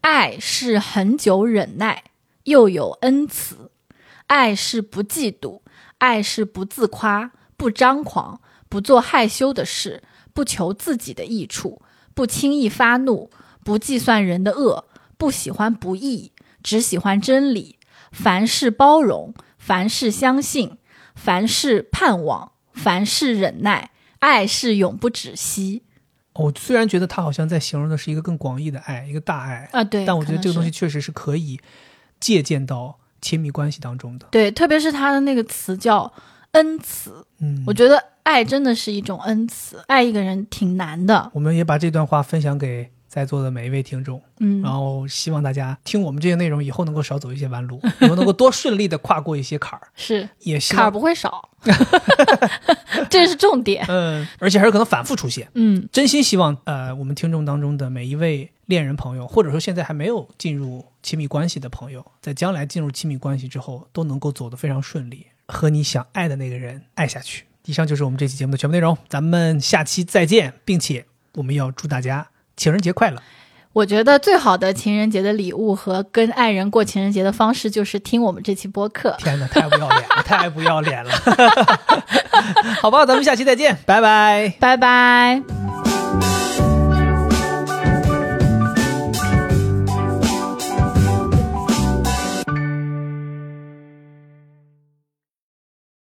S2: 爱是恒久忍耐，又有恩慈；爱是不嫉妒，爱是不自夸，不张狂，不做害羞的事，不求自己的益处，不轻易发怒，不计算人的恶，不喜欢不义，只喜欢真理。凡事包容，凡事相信，凡事盼望，凡事忍耐。爱是永不止息
S1: 哦我虽然觉得他好像在形容的是一个更广义的爱，一个大爱，
S2: 啊！对，
S1: 但我觉得
S2: 可能
S1: 这个东
S2: 是
S1: 西确实是可以借鉴到亲密关系当中的。
S2: 对，特别是他的那个词叫恩慈，
S1: 嗯，
S2: 我觉得爱真的是一种恩慈，爱一个人挺难的。
S1: 我们也把这段话分享给在座的每一位听众，
S2: 嗯，
S1: 然后希望大家听我们这些内容以后能够少走一些弯路，以后能够多顺利的跨过一些坎儿，
S2: 是
S1: 也希
S2: 坎儿
S1: 望
S2: 不 会少， 这是重点。
S1: 嗯，而且还是可能反复出现。
S2: 嗯，
S1: 真心希望呃，我们听众当中的每一位恋人朋友，或者说现在还没有进入亲密关系的朋友，在将来进入亲密关系之后，都能够走得非常顺利，和你想爱的那个人爱下去。以上就是我们这期节目的全部内容，咱们下期再见，并且我们要祝大家情人节快乐。
S2: 我觉得最好的情人节的礼物和跟爱人过情人节的方式，就是听我们这期播客。
S1: 天哪，太不要脸了， 太不要脸了！好吧，咱们下期再见，拜拜。
S2: 拜拜。